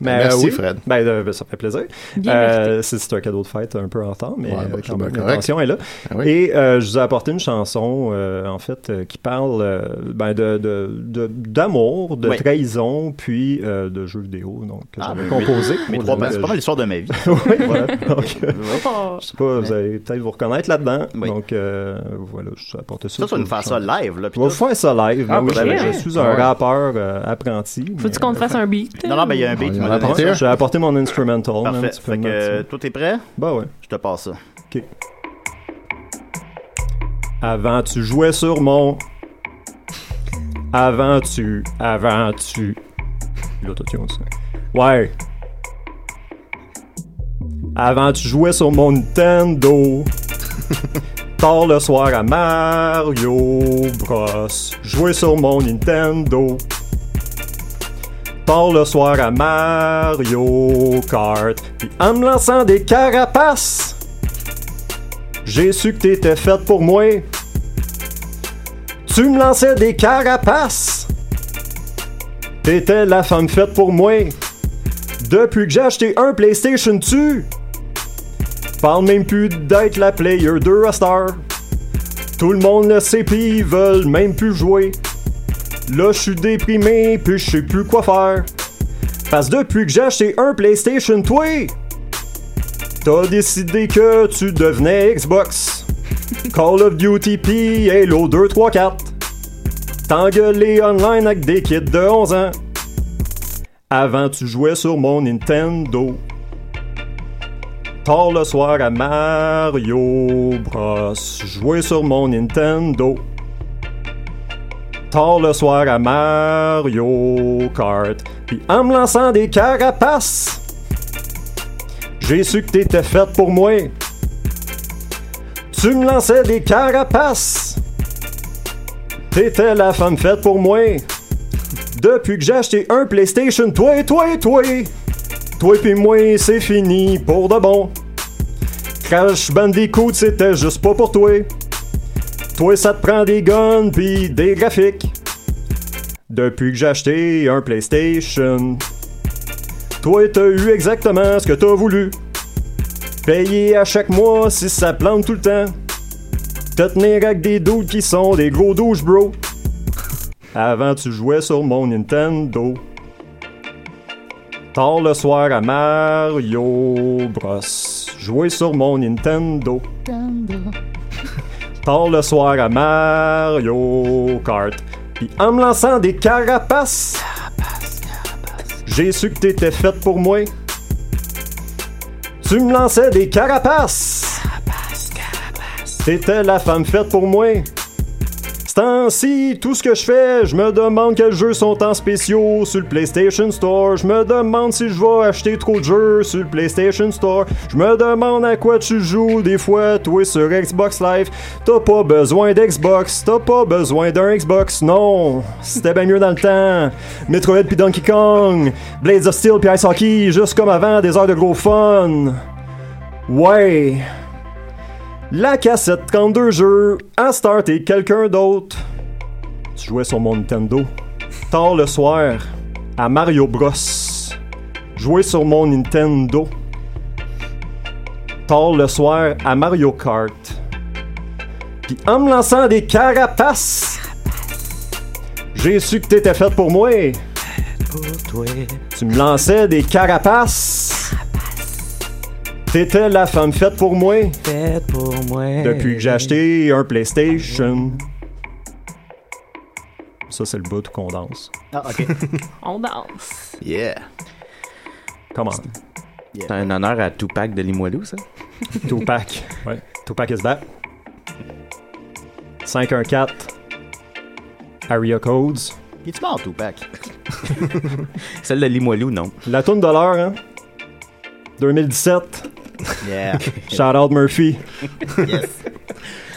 S9: Ben,
S5: Merci,
S9: oui.
S5: Fred.
S9: Ben, euh, ben, ça fait plaisir.
S6: Bien
S9: Euh, c'est c'est un cadeau de fête un peu en temps, mais
S5: Ouais, ben,
S9: euh,
S5: c'est
S9: quand
S5: bien
S9: même,
S5: correct.
S9: l'intention est là.
S5: Ah oui.
S9: Et euh, je vous ai apporté une chanson, euh, en fait, euh, qui parle euh, ben, de- de- de- d'amour, de,
S7: Oui.
S9: trahison, puis euh, de jeux vidéo, donc, que
S7: Ah, ben,
S9: j'avais composé.
S7: Mes trois pages, c'est pas mal l'histoire de ma vie.
S9: Oui, voilà. Donc, euh,
S6: Oh.
S9: je sais pas, vous allez peut-être vous reconnaître là-dedans.
S7: Oui.
S9: Donc, euh, voilà, je vous ai apporté ça.
S7: Ça, tu vas nous faire ça live, là. puis
S9: On va
S7: tout.
S9: faire ça live.
S7: Ah,
S9: Ben oui,
S7: ben,
S9: je-
S6: ben,
S9: je suis un
S5: ouais.
S9: rappeur euh, apprenti.
S6: Faut-tu
S9: mais-
S6: qu'on te fasse un beat?
S7: Non, non, mais il y a un beat.
S5: On
S7: tu
S5: en
S7: m'as
S5: a
S7: donné.
S5: apporté un.
S9: J'ai apporté mon instrumental. man,
S7: Parfait.
S9: tu peux
S7: Fait
S9: me
S7: que,
S9: mettre ça.
S7: euh, tout est prêt?
S9: Bah ouais.
S7: Je te passe ça.
S9: OK. Avant, tu jouais sur mon. Avant, tu. Avant, tu. L'autotune, ça. Ouais. Avant, tu jouais sur mon Nintendo. Tard le soir à Mario Bros. Jouais sur mon Nintendo. Tard le soir à Mario Kart. Puis en me lançant des carapaces. J'ai su que t'étais faite pour moi. Tu me lançais des carapaces. T'étais la femme faite pour moi. Depuis que j'ai acheté un PlayStation, tu parle même plus d'être la Player 2 à Star. Tout le monde le sait, pis ils veulent même plus jouer. Là, je suis déprimé, puis je sais plus quoi faire. Parce que depuis que j'ai acheté un PlayStation, toi, T'as décidé que tu devenais Xbox. Call of Duty pis Halo 2, 3, 4. T'engueulais online avec des kids de 11 ans. Avant, tu jouais sur mon Nintendo. Tard le soir à Mario Bros. Jouais sur mon Nintendo. Tard le soir à Mario Kart. Puis en me lançant des carapaces. J'ai su que t'étais faite pour moi. Tu me lançais des carapaces. T'étais la femme faite pour moi. Depuis que j'ai acheté un PlayStation, toi, toi, toi. Toi pis moi, c'est fini pour de bon. Crash Bandicoot, c'était juste pas pour toi. Toi, ça te prend des guns pis des graphiques. Depuis que j'ai acheté un PlayStation, toi, t'as eu exactement ce que t'as voulu. Payer à chaque mois si ça plante tout le temps. Te tenir avec des doutes qui sont des gros douches, bro. Avant, tu jouais sur mon Nintendo. Tard le soir à Mario Bros. Jouer sur mon Nintendo. Tard le soir à Mario Kart. Puis en me lançant des carapaces. J'ai su que t'étais faite pour moi. Tu me lançais des carapaces. T'étais la femme faite pour moi. C'est ainsi, tout ce que je fais, je me demande quels jeux sont en spéciaux sur le PlayStation Store. Je me demande si je vais acheter trop de jeux sur le PlayStation Store. Je me demande à quoi tu joues des fois, toi sur Xbox Live. T'as pas besoin d'Xbox, t'as pas besoin d'un Xbox, non. C'était bien mieux dans le temps. Metroid puis Donkey Kong, Blades of Steel puis Ice Hockey, juste comme avant, des heures de gros fun. Ouais. La cassette 32 jeux, à start et quelqu'un d'autre. Tu jouais sur mon Nintendo. Tard le soir, à Mario Bros. Jouer sur mon Nintendo. Tard le soir, à Mario Kart. Puis en me lançant des carapaces, j'ai su que t'étais faite pour moi. Tu me lançais des carapaces. T'étais la femme faite pour moi. Depuis que j'ai acheté un PlayStation. Ça, c'est le bout qu'on danse.
S7: Ah, ok.
S6: On danse.
S7: Yeah.
S9: Comment?
S4: C'est un honneur à Tupac de Limoilou, ça.
S9: Tupac. Ouais. Tupac is back. 514. Area Codes.
S7: Il est mort, Tupac?
S4: Celle de Limoilou, non.
S9: La tourne de l'heure, hein? 2017.
S7: Yeah.
S9: Shout out Murphy.
S7: yes.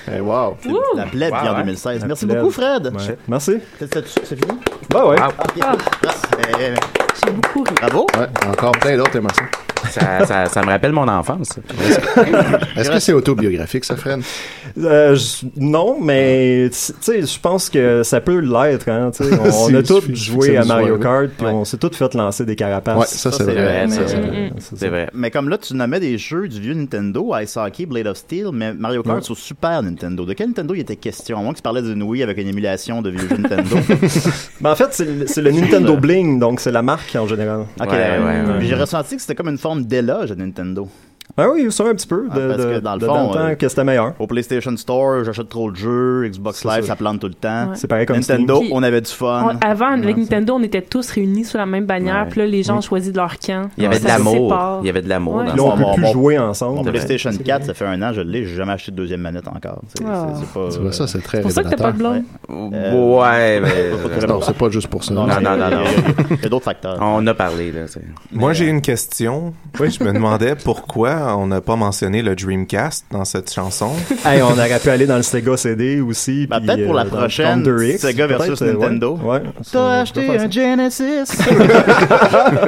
S5: Hey, wow.
S7: La plèbe vient en 2016. Merci beaucoup, Fred.
S9: Ouais. Merci.
S7: C'est- C'est c'est fini?
S9: Bah ouais.
S7: Ah, ok. Ah, eh, eh,
S6: J'ai beaucoup ri.
S7: Bravo.
S5: Ouais, encore plein d'autres émotions.
S4: Ça, ça- ça me rappelle mon enfance.
S5: Est-ce que c'est autobiographique, ça, Fred?
S9: Euh, je- non, mais tu sais, je pense que ça peut l'être. Hein, tu sais. on,
S5: Si,
S9: a
S5: il
S9: tous
S5: suffit que
S9: joué
S5: ça
S9: à
S5: nous
S9: Mario
S5: soit,
S9: Kart, puis on s'est tous fait lancer des
S8: Ah,
S9: carapaces.
S5: Ouais, ça, c'est vrai. Ça, c'est vrai.
S4: C'est vrai.
S7: Mais comme là, tu nommais des jeux du vieux Nintendo, Ice Hockey, Blade of Steel, mais Mario Kart
S9: Ouais.
S7: sur Super Nintendo. De quel Nintendo il était question? À moins que tu parlais d'une Wii avec une émulation de vieux jeux Nintendo.
S9: Mais en fait, c'est le- c'est le Nintendo Bling, donc c'est la marque en général.
S7: Ok,
S4: Ouais, ouais, ouais.
S7: Puis j'ai ressenti que c'était comme une forme d'éloge à Nintendo.
S9: Ah oui, ça un petit peu. De,
S7: Ah, parce
S9: de-
S7: que dans le
S9: de
S7: fond,
S9: temps
S7: euh,
S9: que c'était meilleur.
S7: Au PlayStation Store, j'achète trop de jeux, Xbox
S9: C'est
S7: Live,
S9: ça.
S7: ça plante tout le temps.
S9: C'est pareil comme
S7: Nintendo,
S6: Steam.
S7: on avait du
S6: On-
S7: fun.
S6: avant, avec Nintendo, on était tous réunis sous la même bannière,
S4: Ouais.
S6: puis là, les gens ont choisi de leur camp.
S4: Il y avait de
S6: Ça
S4: l'amour.
S6: sépare.
S4: Il y avait de l'amour
S6: Ouais.
S4: dans
S9: Là, on
S7: Ah,
S9: peut
S7: bon,
S9: plus
S7: bon.
S9: jouer ensemble.
S7: Mon PlayStation
S6: C'est vrai.
S7: 4, ça fait un an, je l'ai, j'ai jamais acheté de deuxième manette encore. C'est, c'est-
S6: Ah.
S7: c'est pas, euh,
S5: Tu vois, ça, c'est très
S6: C'est pour ça que t'as pas
S5: révélateur.
S6: de blonde.
S4: ça. Euh, Ouais, mais.
S5: Non, c'est pas juste pour ça.
S4: Non, non, non, non.
S7: Il y a- il y a- il y a d'autres facteurs.
S4: On a parlé, là. c'est-
S8: Moi,
S9: euh,
S8: j'ai une question. Oui, je me demandais pourquoi on n'a pas mentionné le Dreamcast dans cette chanson.
S9: Hey, on aurait pu aller dans le Sega CD aussi.
S7: Bah,
S9: puis, euh,
S7: peut-être pour la
S9: dans le
S7: prochaine,
S9: Thunder X,
S7: Sega versus
S9: peut-être, euh, ouais.
S7: Nintendo.
S9: Ouais.
S7: T'as acheté un Genesis?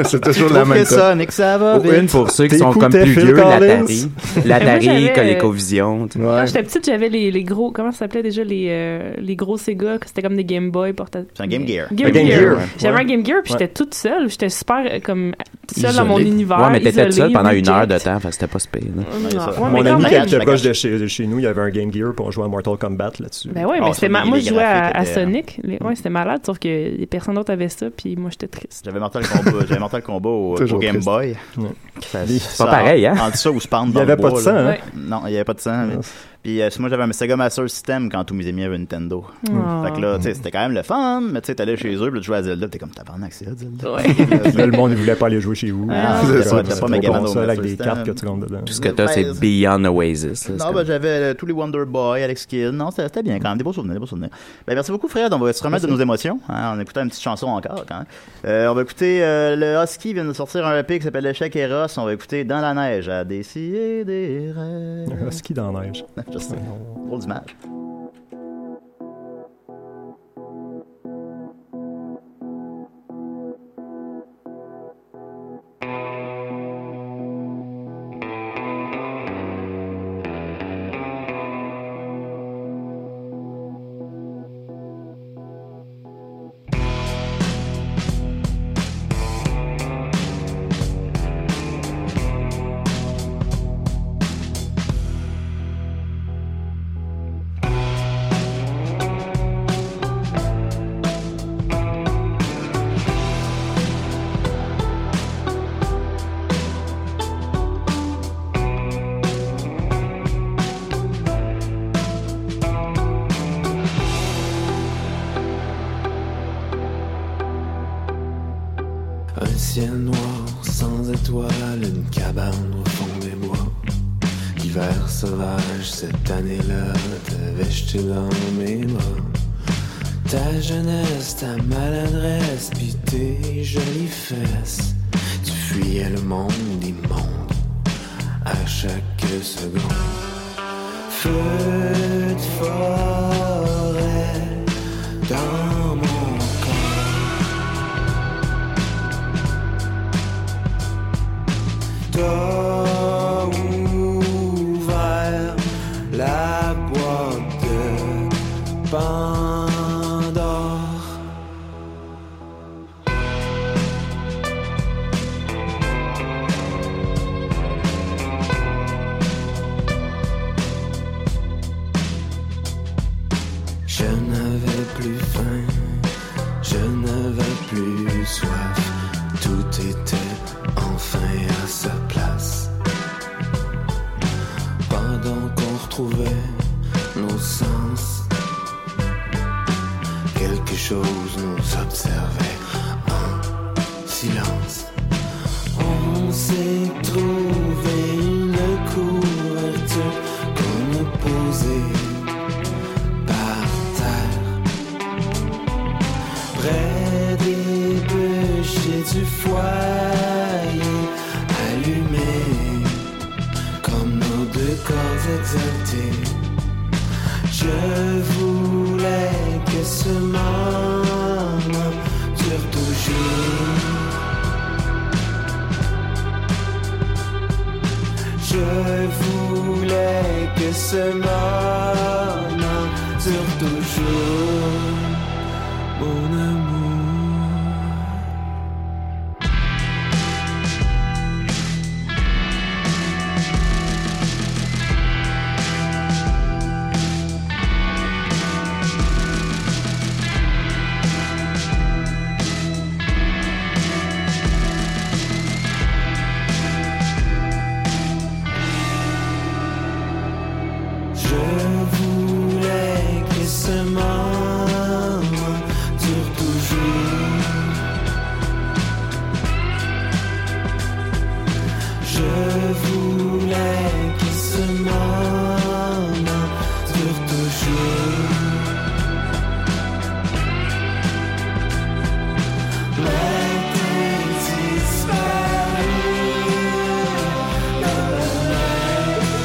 S5: c'est toujours la
S7: Trouve
S5: même
S7: que
S5: chose.
S7: Sonic, ça va vite.
S4: Une pour ceux qui sont comme
S9: T'écoutais
S4: plus
S9: Phil
S4: vieux,
S9: Collins?
S4: l'Atari.
S6: Mais moi,
S4: L'Atari,
S6: j'avais- euh,
S4: ColecoVision. tu sais.
S6: Quand
S5: Ouais.
S6: j'étais petite, j'avais les, les gros. Comment ça s'appelait déjà les, euh, les gros Sega que C'était comme des Game Boy portables.
S7: C'est un Game Gear.
S6: Game,
S9: Le Game
S6: Gear.
S9: Gear, ouais.
S6: J'avais un Game Gear, puis
S9: Ouais.
S6: j'étais toute seule. J'étais super euh, comme toute seule dans mon
S5: Isolée.
S6: univers.
S4: Ouais, mais t'étais
S6: isolée,
S4: tout seul pendant une heure de
S6: reject.
S4: temps, fait que c'était pas spé.
S6: Ouais,
S7: ça.
S6: ouais,
S7: Mon
S6: mais
S9: Mon
S6: quand
S9: ami
S6: même.
S9: qui était
S7: je
S9: proche de chez, de chez nous, il y avait un Game Gear, puis on jouait à Mortal Kombat là-dessus.
S6: Ben ouais,
S7: Ah,
S6: mais
S7: ça,
S6: c'était ma-
S7: les-
S6: moi
S7: les
S6: je jouais à, à
S7: graphiques étaient-
S6: Sonic. Les- Ouais, c'était malade, sauf que personne d'autre avait ça, puis moi j'étais triste.
S7: J'avais Mortal Kombat, j'avais Mortal Kombat au,
S5: Toujours
S7: au Game
S5: triste.
S7: Boy.
S9: Ouais.
S7: C'est
S4: pas pareil, hein?
S7: Entre ça ou se pendre
S9: Il y
S7: dans
S9: avait
S7: le
S9: pas
S7: bois,
S9: de sang,
S7: là.
S9: hein?
S6: Ouais.
S7: Non, il y avait pas de sang. mais- Puis euh, moi, j'avais un Sega Master System quand tous mes amis avaient Nintendo.
S6: Ah.
S7: Fait que là, tu sais, c'était quand même le fun, mais tu sais, t'allais chez eux, puis là, tu jouais à Zelda, t'es comme, t'as pas un accès à Zelda.
S6: Ouais.
S9: Là, le monde ne voulait pas aller jouer chez vous.
S7: Ah, c'est
S9: C'était comme
S7: ça, t'as
S9: une
S7: pas
S9: petite
S7: Megaman
S9: console
S7: au
S9: avec des
S7: Master
S9: cartes que
S7: System.
S9: tu rentres dedans.
S4: Tout ce que t'as,
S7: Ben,
S4: c'est Beyond Oasis. là, c'est
S7: Non, ben,
S4: comme-
S7: j'avais euh, tous les Wonder Boy, Alex Kidd. Non, c'était c'était bien quand même. Des beaux souvenirs, des beaux souvenirs. Ben, merci beaucoup, Fred. On va se remettre de nos émotions. hein, en écoutant une petite chanson encore, quand même. Euh, on va écouter euh, le Husky vient de sortir un EP qui s'appelle L'échec et Ross. On va écouter Dans la neige à décider des
S9: Un
S7: rêves.
S9: ski dans la neige.
S7: Je sais. Drôle d'image.
S3: Un ciel noir sans étoiles, une cabane au fond des bois. Hiver sauvage, cette année-là, t'avais jeté dans mes bras. Ta jeunesse, ta maladresse, puis tes jolies fesses. Tu fuyais le monde immonde à chaque seconde. Feu de forêt dans mon corps. t'as ouvert la boîte de Pandore. Je n'avais plus faim, je n'avais plus soif, tout était enfin à sa place. Pendant qu'on retrouvait nos sens, quelque chose nous observait en silence. On s'est trouvé une couverture qu'on a posée par terre. Près des bûches et du foyer allumé, comme nos deux corps exaltés. Je voulais que ce moment dure toujours. Je voulais que ce moment dure toujours, mon amour. Je voulais que ce moment dure toujours. Je voulais que ce moment dure toujours. Mais t'es disparu dans la mer.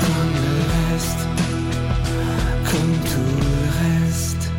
S3: Comme le reste, comme tout le reste.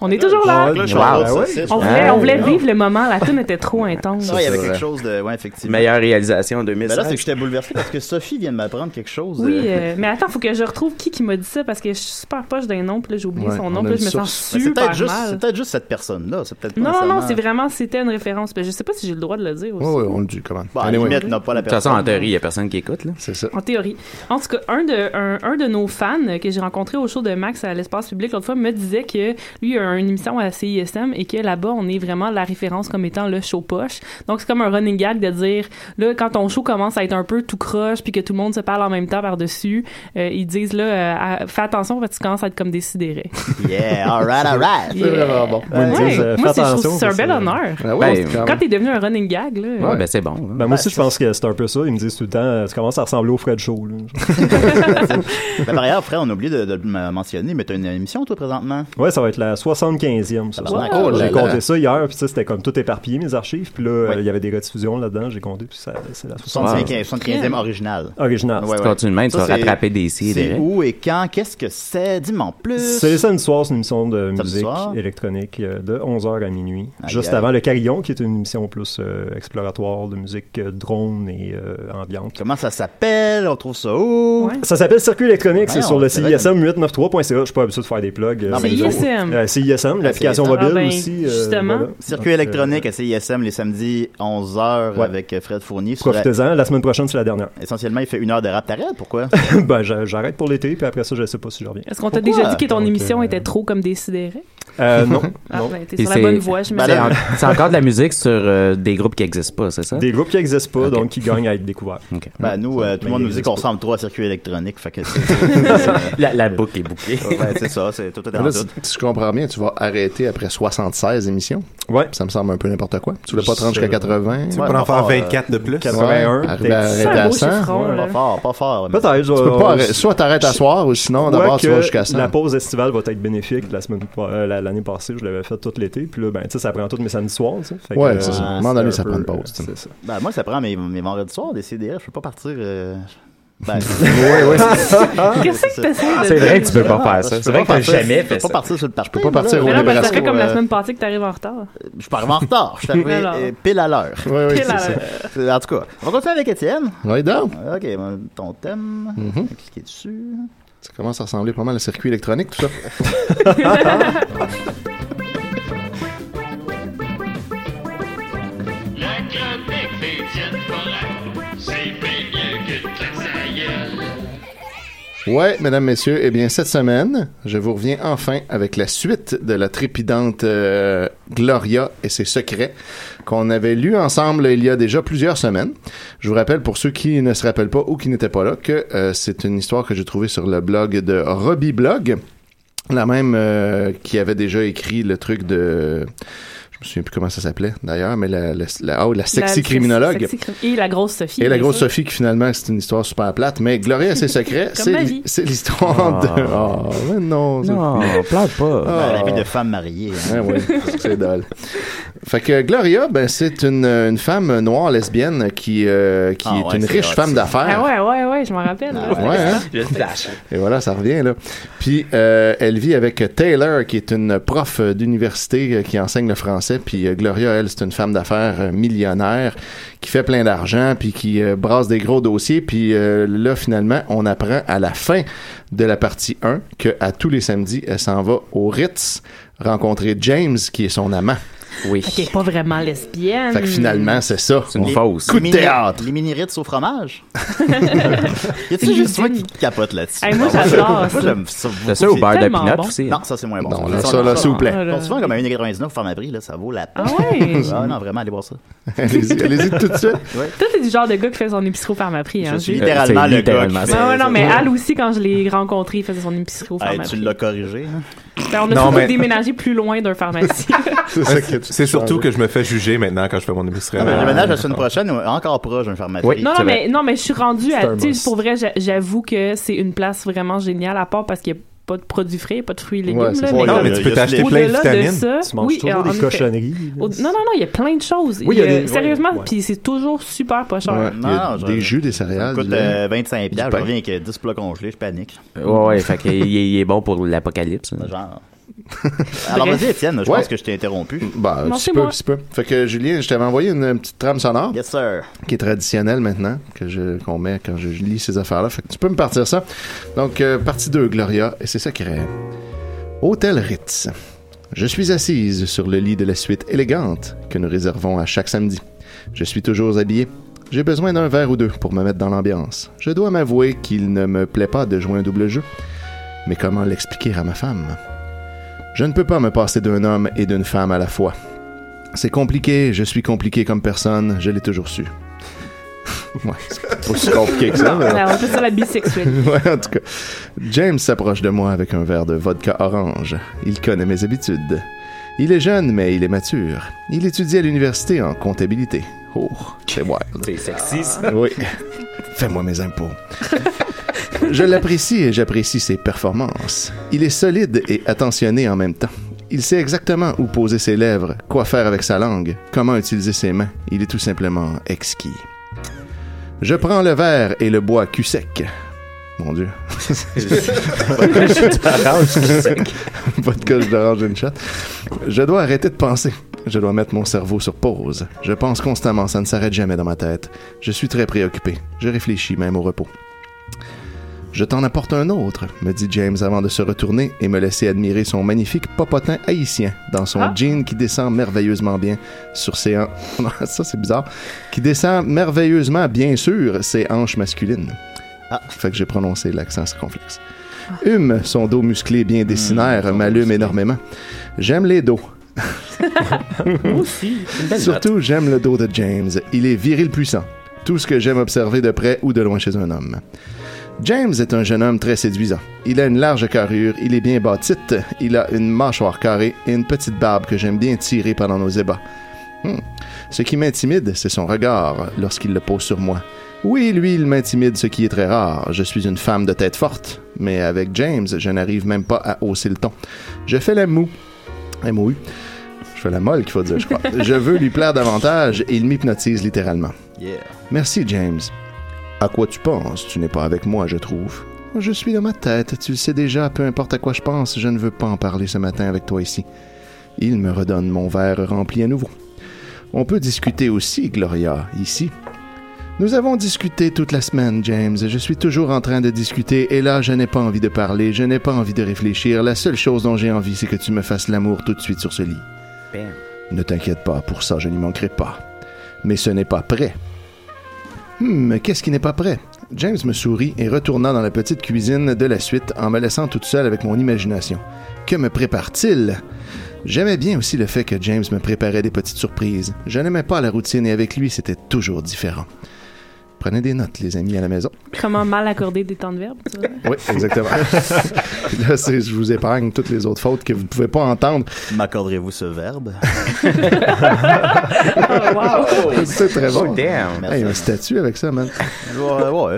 S6: On est toujours là.
S7: Ouais, là, je suis en
S4: Wow.
S7: route, ça,
S4: Ouais.
S7: c'est-
S6: On voulait, on voulait
S7: Ouais.
S6: vivre le moment. La tune était trop intense.
S7: Ça, il y avait
S4: C'est
S7: quelque
S4: vrai.
S7: chose de. Ouais, effectivement.
S4: Meilleure réalisation en 2016.
S7: Mais Ben là, c'est que j'étais bouleversé parce que Sophie vient de m'apprendre quelque chose.
S6: Oui,
S7: euh,
S6: euh, mais attends, faut que je retrouve qui qui m'a dit ça parce que je suis super poche d'un nom, puis là j'ai oublié
S7: Ouais,
S6: son
S7: on
S6: nom,
S7: a
S6: puis là
S7: une
S6: je me sens
S7: source. Mais c'est
S6: super
S7: peut-être juste-
S6: mal.
S7: C'est peut-être juste cette personne-là. C'est peut-être pas
S6: Non, non, non,
S7: nécessairement-
S6: c'est vraiment, c'était une référence. mais Je sais pas si j'ai le droit de le dire aussi.
S5: Ouais, ouais, on le dit, comment.
S7: Bah, à la limite, n'a pas la
S4: De toute façon, en
S7: personne.
S4: théorie, il n'y a personne qui écoute. là.
S5: C'est ça.
S6: En théorie. En tout cas, un de, un, un de nos fans que j'ai rencontré au show de Max à l'espace public l'autre fois me disait que lui a une émission à CISM et que là-bas, on est vraiment la référence comme étant le show poche. Donc, c'est comme un running gag de dire, là, quand ton show commence à être un peu tout croche puis que tout le monde se parle en même temps par-dessus, euh, ils disent, là, euh, à- fais attention parce que tu commences à être comme décidéré.
S7: Yeah, alright, alright.
S6: Yeah.
S5: vraiment bon.
S6: Ouais,
S9: Ils disent, euh,
S6: moi,
S9: fais
S6: c'est- je trouve
S9: attention,
S6: que c'est un
S9: parce
S6: bel
S9: que-
S6: honneur.
S5: Ah
S4: Ben,
S5: ouais, quand
S6: Quand
S5: même.
S6: t'es devenu un running gag, là.
S4: Ouais, ben c'est bon. hein.
S9: Ben, moi aussi, je pense que c'est un peu ça. Ils me disent tout le temps, euh, tu commences à ressembler au Fred Show. là.
S7: Mais par ailleurs, frère, on a oublié de, de le mentionner, mais t'as une émission, toi, présentement.
S9: Ouais, ça va être la 75e. ça.
S7: Tabarnak.
S5: Oh là
S9: J'ai
S5: là.
S9: compté ça hier, puis ça, c'était comme tout éparpillé, mes archives. Puis là, euh,
S7: Ouais.
S9: il y avait des rediffusions là-dedans, j'ai compté, puis ça, c'est la 75e.
S7: 75 75e original.
S8: Ah,
S9: Original.
S7: Ouais, ouais.
S4: Continue de même, tu
S7: Ça,
S4: vas
S7: c'est-
S4: rattraper des si
S7: C'est
S4: direct.
S7: où et quand? Qu'est-ce que c'est? Dis-moi en plus.
S9: C'est le samedi soir, c'est une émission de
S7: Samedi
S9: musique
S7: soir.
S9: électronique euh, de 11h à minuit.
S7: Aïe,
S9: juste
S7: aïe.
S9: avant le Carillon, qui est une émission plus euh, exploratoire de musique euh, drone et euh, ambiante.
S7: Comment ça s'appelle? On trouve ça où? Ben,
S6: Ouais.
S9: Ça s'appelle Circuit électronique, c'est
S7: Voyons,
S9: sur le
S7: c'est vrai.
S9: CISM893.ca. Je suis pas habitué de faire des plugs. euh,
S7: Non,
S9: c'est
S7: mais
S9: nous autres.
S6: CISM.
S9: Euh, CISM, l'application
S7: Ah,
S9: mobile
S6: ben,
S9: aussi. euh,
S6: justement.
S9: voilà.
S7: Circuit
S9: Donc, euh,
S7: électronique à CISM les samedis 11h
S9: Ouais.
S7: avec euh, Fred Fournier. Sur la-
S9: Profitez-en, la semaine prochaine, c'est la dernière.
S7: Essentiellement, il fait une heure de rap. T'arrêtes? Pourquoi?
S9: ben, j'a- j'arrête pour l'été, puis après ça, je sais pas si je reviens.
S6: Est-ce qu'on t'a
S7: Pourquoi?
S6: déjà dit que ton
S9: Donc,
S6: émission
S9: euh,
S6: était trop comme décidérée?
S9: Euh, non.
S6: Ah,
S9: non.
S6: ben, t'es
S4: Et
S6: sur la
S4: c'est-
S6: bonne voie, je
S7: Ben
S6: me
S4: C'est
S7: là-
S4: en- c'est encore de la musique sur euh, des groupes qui n'existent pas, c'est ça?
S9: Des groupes qui n'existent pas,
S4: Ok.
S9: donc qui gagnent à être découverts.
S4: Ok.
S7: Ben, nous, euh, tout le monde
S9: mais il
S7: nous dit
S9: existe
S7: qu'on
S9: pas.
S7: ressemble trop à circuit électronique. Fait que c'est.
S4: La, la boucle est bouclée.
S7: Ouais, ben, c'est ça, c'est tout est dans
S5: Là,
S7: tout.
S5: si je comprends bien, tu vas arrêter après 76 émissions.
S9: Ouais.
S5: Ça me semble un peu n'importe quoi. Tu voulais pas te rendre
S9: Je-
S5: jusqu'à 80?
S8: Tu peux en faire
S7: fort, euh,
S8: 24 de plus.
S9: 81,
S5: Ouais, arriver à
S9: peut-être.
S6: C'est
S5: arrêter
S6: un
S5: à
S6: beau
S5: 100.
S6: chiffron, là.
S7: Pas fort, pas fort. mais-
S9: Peut-être, je
S5: Tu
S9: vais-
S5: peux pas arrêter. Soit t'arrêtes à soir ou sinon, d'abord, tu
S9: Quoique,
S5: vas jusqu'à 100.
S9: La pause estivale va être bénéfique. La semaine, euh, la- l'année passée, je l'avais fait tout l'été. Puis là, ben, tu sais, ça prend tous mes samedis soirs. tu sais. Fait que,
S5: Ouais,
S9: euh,
S5: c'est ça. À un moment
S9: c'était
S5: donné,
S9: un
S5: ça
S9: peu-
S5: prend une pause, tu sais.
S9: C'est ça.
S7: Ben, moi, ça prend mes, mes vendredis soirs, des CDR. Je peux pas partir. euh, Ben,
S6: Qu'est-ce que t'essayes de
S4: C'est
S6: dire?
S4: vrai que tu peux pas
S7: Je
S4: faire ça.
S7: peux
S4: C'est vrai que
S7: pas
S4: t'as
S7: partir-
S4: jamais
S7: Je
S4: fait
S7: peux
S4: ça.
S7: pas partir sur le parc.
S5: peux pas partir au
S6: Mais non, parce que ça
S5: Libération.
S6: fait comme
S9: euh,
S6: la semaine passée que t'arrives en retard.
S7: Je pars en retard. Je suis arrivé
S6: Alors.
S7: euh, pile à l'heure.
S5: Ouais, ouais,
S6: Quelle
S5: c'est ça.
S6: heure.
S7: Euh, En tout cas, on va continuer avec Étienne.
S5: Ouais, donc,
S7: Ok, ben, ton thème.
S5: Mhm.
S7: Cliquez dessus.
S5: Ça commence à ressembler pas mal à circuit électronique, tout ça.
S10: La chronique d'Étienne Forêt, c'est bien mieux que de la saïeule.
S5: Ouais, mesdames, messieurs, eh bien, cette semaine, je vous reviens enfin avec la suite de la trépidante euh, Gloria et ses secrets qu'on avait lu ensemble il y a déjà plusieurs semaines. Je vous rappelle, pour ceux qui ne se rappellent pas ou qui n'étaient pas là, que euh, c'est une histoire que j'ai trouvée sur le blog de Robbie Blog, la même euh, qui avait déjà écrit le truc de... Je me souviens plus comment ça s'appelait d'ailleurs, mais la, la, la, oh, la sexy criminologue.
S6: sexy- Et la grosse Sophie.
S5: Et la
S6: bien
S5: grosse
S6: sûr.
S5: Sophie, qui finalement, c'est une histoire super plate, mais Gloria et ses secrets,
S6: Comme
S5: c'est
S6: ma
S5: l'hi-
S6: vie.
S5: c'est l'histoire
S7: Ah.
S5: de. Oh, mais non,
S4: Non,
S5: plate pas.
S8: Ah.
S7: La vie de femme mariée. hein.
S5: c'est drôle. Fait que Gloria, ben, c'est une, une femme noire lesbienne qui, euh, qui
S7: Ah
S5: est
S7: ouais,
S5: une
S7: c'est
S5: riche
S7: hot,
S5: femme
S7: ça.
S6: Ah
S5: d'affaires.
S6: ouais, ouais, ouais, je m'en rappelle. là.
S5: Ouais, hein? Et voilà, ça revient là. Puis euh, elle vit avec Taylor, qui est une prof euh, d'université euh, qui enseigne le français. Puis euh, Gloria, elle, c'est une femme d'affaires euh, millionnaire qui fait plein d'argent, puis qui euh, brasse des gros dossiers. Puis euh, là, finalement, on apprend à la fin de la partie 1 que à tous les samedis, elle s'en va au Ritz rencontrer James, qui est son amant. Oui.
S6: Fait qu'elle est pas vraiment lesbienne.
S5: Fait que finalement, c'est ça.
S4: C'est une
S5: On-
S4: fausse.
S5: Coup de
S7: Les
S5: théâtre.
S7: mini- Les mini-rites au fromage. y a-t-il juste moi qui capote là-dessus?
S6: Hey, moi,
S7: Non,
S6: j'adore
S7: moi,
S6: ça.
S7: Moi, j'aime ça. beaucoup.
S4: T'as ça au
S7: C'est
S4: beurre de
S6: tellement
S4: pinot
S6: bon.
S4: aussi. hein.
S7: Non, ça, c'est moins bon.
S5: Non, là, ça, là, s'il vous plaît.
S6: Ah, là.
S7: Bon, souvent, comme à 1,99 au Pharmaprix, là, ça vaut la peine.
S6: Ah ouais?
S7: Ah non, vraiment, allez voir ça.
S5: Allez-y allez-y tout de suite.
S6: Toi, t'es du genre de gars qui fait son épicerie au pharmaprix. Hein,
S7: Je suis
S6: Jules?
S7: littéralement
S4: c'est
S7: le gars
S4: littéralement
S7: qui
S4: ça.
S6: Ouais, ouais,
S7: fait-
S6: non, mais Al aussi, quand je l'ai rencontré, il faisait son épicerie au
S7: Hey, tu
S6: pharmacie.
S7: l'as corrigé. hein?
S6: Ben, on a
S8: Non,
S6: tous
S8: mais-
S6: déménagé plus loin d'un pharmacie.
S5: C'est ça que tu-
S8: C'est surtout que je me fais juger maintenant quand je fais mon épicerie.
S7: Ah, mais Le ménage la semaine prochaine, ou encore proche d'un pharmacie.
S4: Oui.
S6: Non,
S4: C'est
S6: non,
S4: vrai.
S6: mais, non, mais je suis rendue
S9: C'est
S6: à.
S9: un
S6: Tu
S9: must.
S6: sais, pour vrai, j'a- j'avoue que c'est une place vraiment géniale, à part parce qu'il n'y a pas de produits frais, pas de fruits et légumes.
S5: Ouais, c'est
S6: là,
S5: ça.
S7: Ouais,
S8: Non,
S7: il y
S8: mais
S7: a- il
S8: tu
S7: y
S8: peux
S7: a
S8: t'acheter
S7: juste
S8: plein
S6: Au-delà
S8: de
S6: de
S8: vitamines.
S6: ça,
S9: Tu manges
S6: oui, en
S9: toujours des
S6: effet.
S9: cochonneries.
S6: Au- non, non, non, il y a plein de choses.
S9: Oui, il y a
S6: Il y a-
S9: des-
S6: sérieusement,
S9: ouais.
S6: puis c'est toujours super pas cher.
S5: Ouais, il y a
S7: Non, je-
S5: des jus, des
S7: Ça me
S5: céréales. du
S7: coûte
S5: lait.
S7: euh, 25$,
S5: Du
S7: piastres, je
S5: pain.
S7: reviens avec euh, 10 plats congelés, je panique.
S4: Ouais, ouais, fait qu'il est- il est bon pour l'apocalypse. hein.
S7: Genre. Alors, vas-y, Étienne, je
S5: Ouais.
S7: pense que je t'ai interrompu.
S5: Bah,
S6: Non,
S5: un
S6: c'est
S5: petit peu,
S6: moi.
S5: un petit peu. Fait que Julien, je t'avais envoyé une, une petite trame sonore
S7: Yes, sir.
S5: qui est traditionnelle maintenant, que je qu'on met quand je lis ces affaires-là. Fait que tu peux me partir ça. Donc, euh, partie 2, Gloria, et c'est ça qui rêve. Hôtel Ritz. Je suis assise sur le lit de la suite élégante que nous réservons à chaque samedi. Je suis toujours habillée. J'ai besoin d'un verre ou deux pour me mettre dans l'ambiance. Je dois m'avouer qu'il ne me plaît pas de jouer un double jeu. Mais comment l'expliquer à ma femme Je ne peux pas me passer d'un homme et d'une femme à la fois. C'est compliqué, je suis compliqué comme personne, je l'ai toujours su. ouais, c'est pas si compliqué que ça, mais-
S6: Alors, on fait ça la bisexuelle.
S5: Ouais, en tout cas. James s'approche de moi avec un verre de vodka orange. Il connaît mes habitudes. Il est jeune, mais il est mature. Il étudie à l'université en comptabilité. Oh, c'est wild.
S4: C'est sexy, ça.
S5: Oui. Fais-moi mes impôts. Je l'apprécie et j'apprécie ses performances. Il est solide et attentionné en même temps. Il sait exactement où poser ses lèvres, quoi faire avec sa langue, comment utiliser ses mains. Il est tout simplement exquis. Je prends le verre et le bois cul sec. Mon Dieu. Pas de coche d'orange une chatte. Je dois arrêter de penser. Je dois mettre mon cerveau sur pause. Je pense constamment, ça ne s'arrête jamais dans ma tête. Je suis très préoccupé. Je réfléchis même au repos. Je t'en apporte un autre, me dit James avant de se retourner et me laisser admirer son magnifique popotin haïtien dans son
S6: Ah.
S5: jean qui descend merveilleusement bien sur ses hanches. Ça, c'est bizarre. Qui descend merveilleusement, bien sûr, ses hanches masculines.
S7: Ah.
S5: Fait que j'ai prononcé l'accent circonflexe. Hume, son dos musclé bien dessinaire, m'allume énormément. J'aime les dos. Surtout, j'aime le dos de James. Il est viril puissant. Tout ce que j'aime observer de près ou de loin chez un homme. James est un jeune homme très séduisant. Il a une large carrure, il est bien bâtite, il a une mâchoire carrée et une petite barbe que j'aime bien tirer pendant nos ébats. Hmm. Ce qui m'intimide, c'est son regard lorsqu'il le pose sur moi. Oui, lui, il m'intimide, ce qui est très rare. Je suis une femme de tête forte, mais avec James, je n'arrive même pas à hausser le ton. Je fais la moue. MOU. Je fais la molle, qu'il faut dire, je crois. je veux lui plaire davantage et il m'hypnotise littéralement.
S7: Yeah.
S5: Merci, James. À quoi tu penses Tu n'es pas avec moi, je trouve. Je suis dans ma tête, tu le sais déjà, peu importe à quoi je pense, je ne veux pas en parler ce matin avec toi ici. Il me redonne mon verre rempli à nouveau. On peut discuter aussi, Gloria, ici. Nous avons discuté toute la semaine, James. Je suis toujours en train de discuter et là, je n'ai pas envie de parler, je n'ai pas envie de réfléchir. La seule chose dont j'ai envie, c'est que tu me fasses l'amour tout de suite sur ce lit.
S4: Bam.
S5: Ne t'inquiète pas, pour ça, je n'y manquerai pas. Mais ce n'est pas prêt. Hum, Hmm, qu'est-ce qui n'est pas prêt James me sourit et retourna dans la petite cuisine de la suite en me laissant toute seule avec mon imagination. Que me prépare-t-il J'aimais bien aussi le fait que James me préparait des petites surprises. Je n'aimais pas la routine et avec lui, c'était toujours différent. Prenez des notes, les amis, à la maison.
S6: Comment mal accorder des temps de verbe, tu vois?
S5: Oui, exactement. Puis là, c'est- je vous épargne toutes les autres fautes que vous ne pouvez pas entendre.
S7: M'accorderez-vous ce verbe?
S5: C'est très bon.
S7: Oh, damn.
S5: Hey, un statut avec ça, man.
S7: Ouais, ouais. Alors,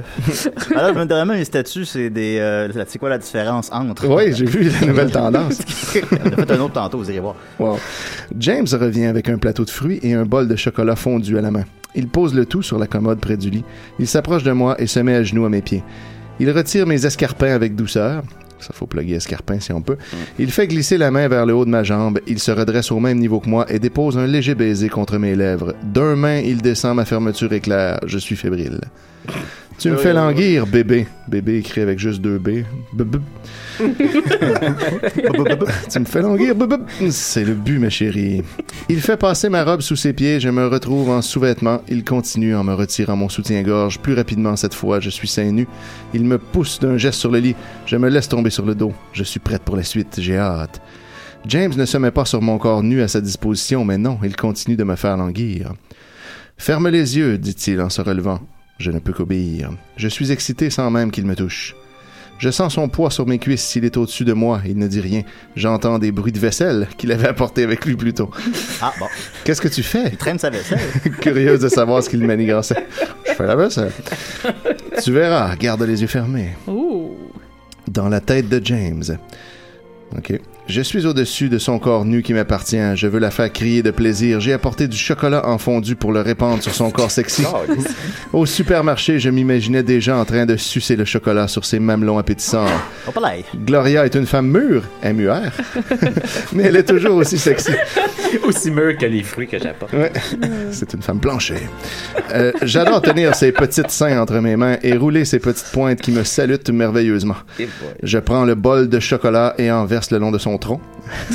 S7: je me demande même les statuts, c'est des. euh, c'est quoi la différence entre?
S5: Oui, j'ai vu la nouvelle tendance.
S7: On a fait un autre tantôt, vous irez voir.
S5: Wow. James revient avec un plateau de fruits et un bol de chocolat fondu à la main. Il pose le tout sur la commode près du lit. Il s'approche de moi et se met à genoux à mes pieds. Il retire mes escarpins avec douceur. Ça faut plugger escarpin si on peut. Il fait glisser la main vers le haut de ma jambe. Il se redresse au même niveau que moi et dépose un léger baiser contre mes lèvres. D'un main, il descend ma fermeture éclair. Je suis fébrile. Tu me fais languir, bébé. Bébé écrit avec juste deux B. B-b. Tu me fais languir. Boup, boup. C'est le but, ma chérie. Il fait passer ma robe sous ses pieds. Je me retrouve en sous-vêtements. Il continue en me retirant mon soutien-gorge. Plus rapidement cette fois, je suis seins nus. Il me pousse d'un geste sur le lit. Je me laisse tomber sur le dos. Je suis prête pour la suite. J'ai hâte. James ne se met pas sur mon corps nu à sa disposition, mais non, il continue de me faire languir. Ferme les yeux, dit-il en se relevant. Je ne peux qu'obéir. Je suis excité sans même qu'il me touche. Je sens son poids sur mes cuisses s'il est au-dessus de moi. Il ne dit rien. J'entends des bruits de vaisselle qu'il avait apporté avec lui plus tôt.
S7: Ah, bon.
S5: Qu'est-ce que tu fais?
S7: Il traîne sa vaisselle.
S5: Curieuse de savoir ce qu'il manigançait. Je fais la vaisselle. Tu verras. Garde les yeux fermés.
S6: Ouh.
S5: Dans la tête de James. OK. Je suis au-dessus de son corps nu qui m'appartient. Je veux la faire crier de plaisir. J'ai apporté du chocolat en fondu pour le répandre sur son corps sexy. Au supermarché, je m'imaginais déjà en train de sucer le chocolat sur ses mamelons appétissants.
S7: Hop là.
S5: Gloria est une femme mûre, MUR, mais elle est toujours aussi sexy.
S10: Aussi mûr que les fruits que j'apporte.
S5: Ouais. C'est une femme planchée. Euh, J'adore tenir ses petites seins entre mes mains et rouler ses petites pointes qui me salutent merveilleusement.
S10: Eh boy.
S5: Je prends le bol de chocolat et en verse le long de son tronc.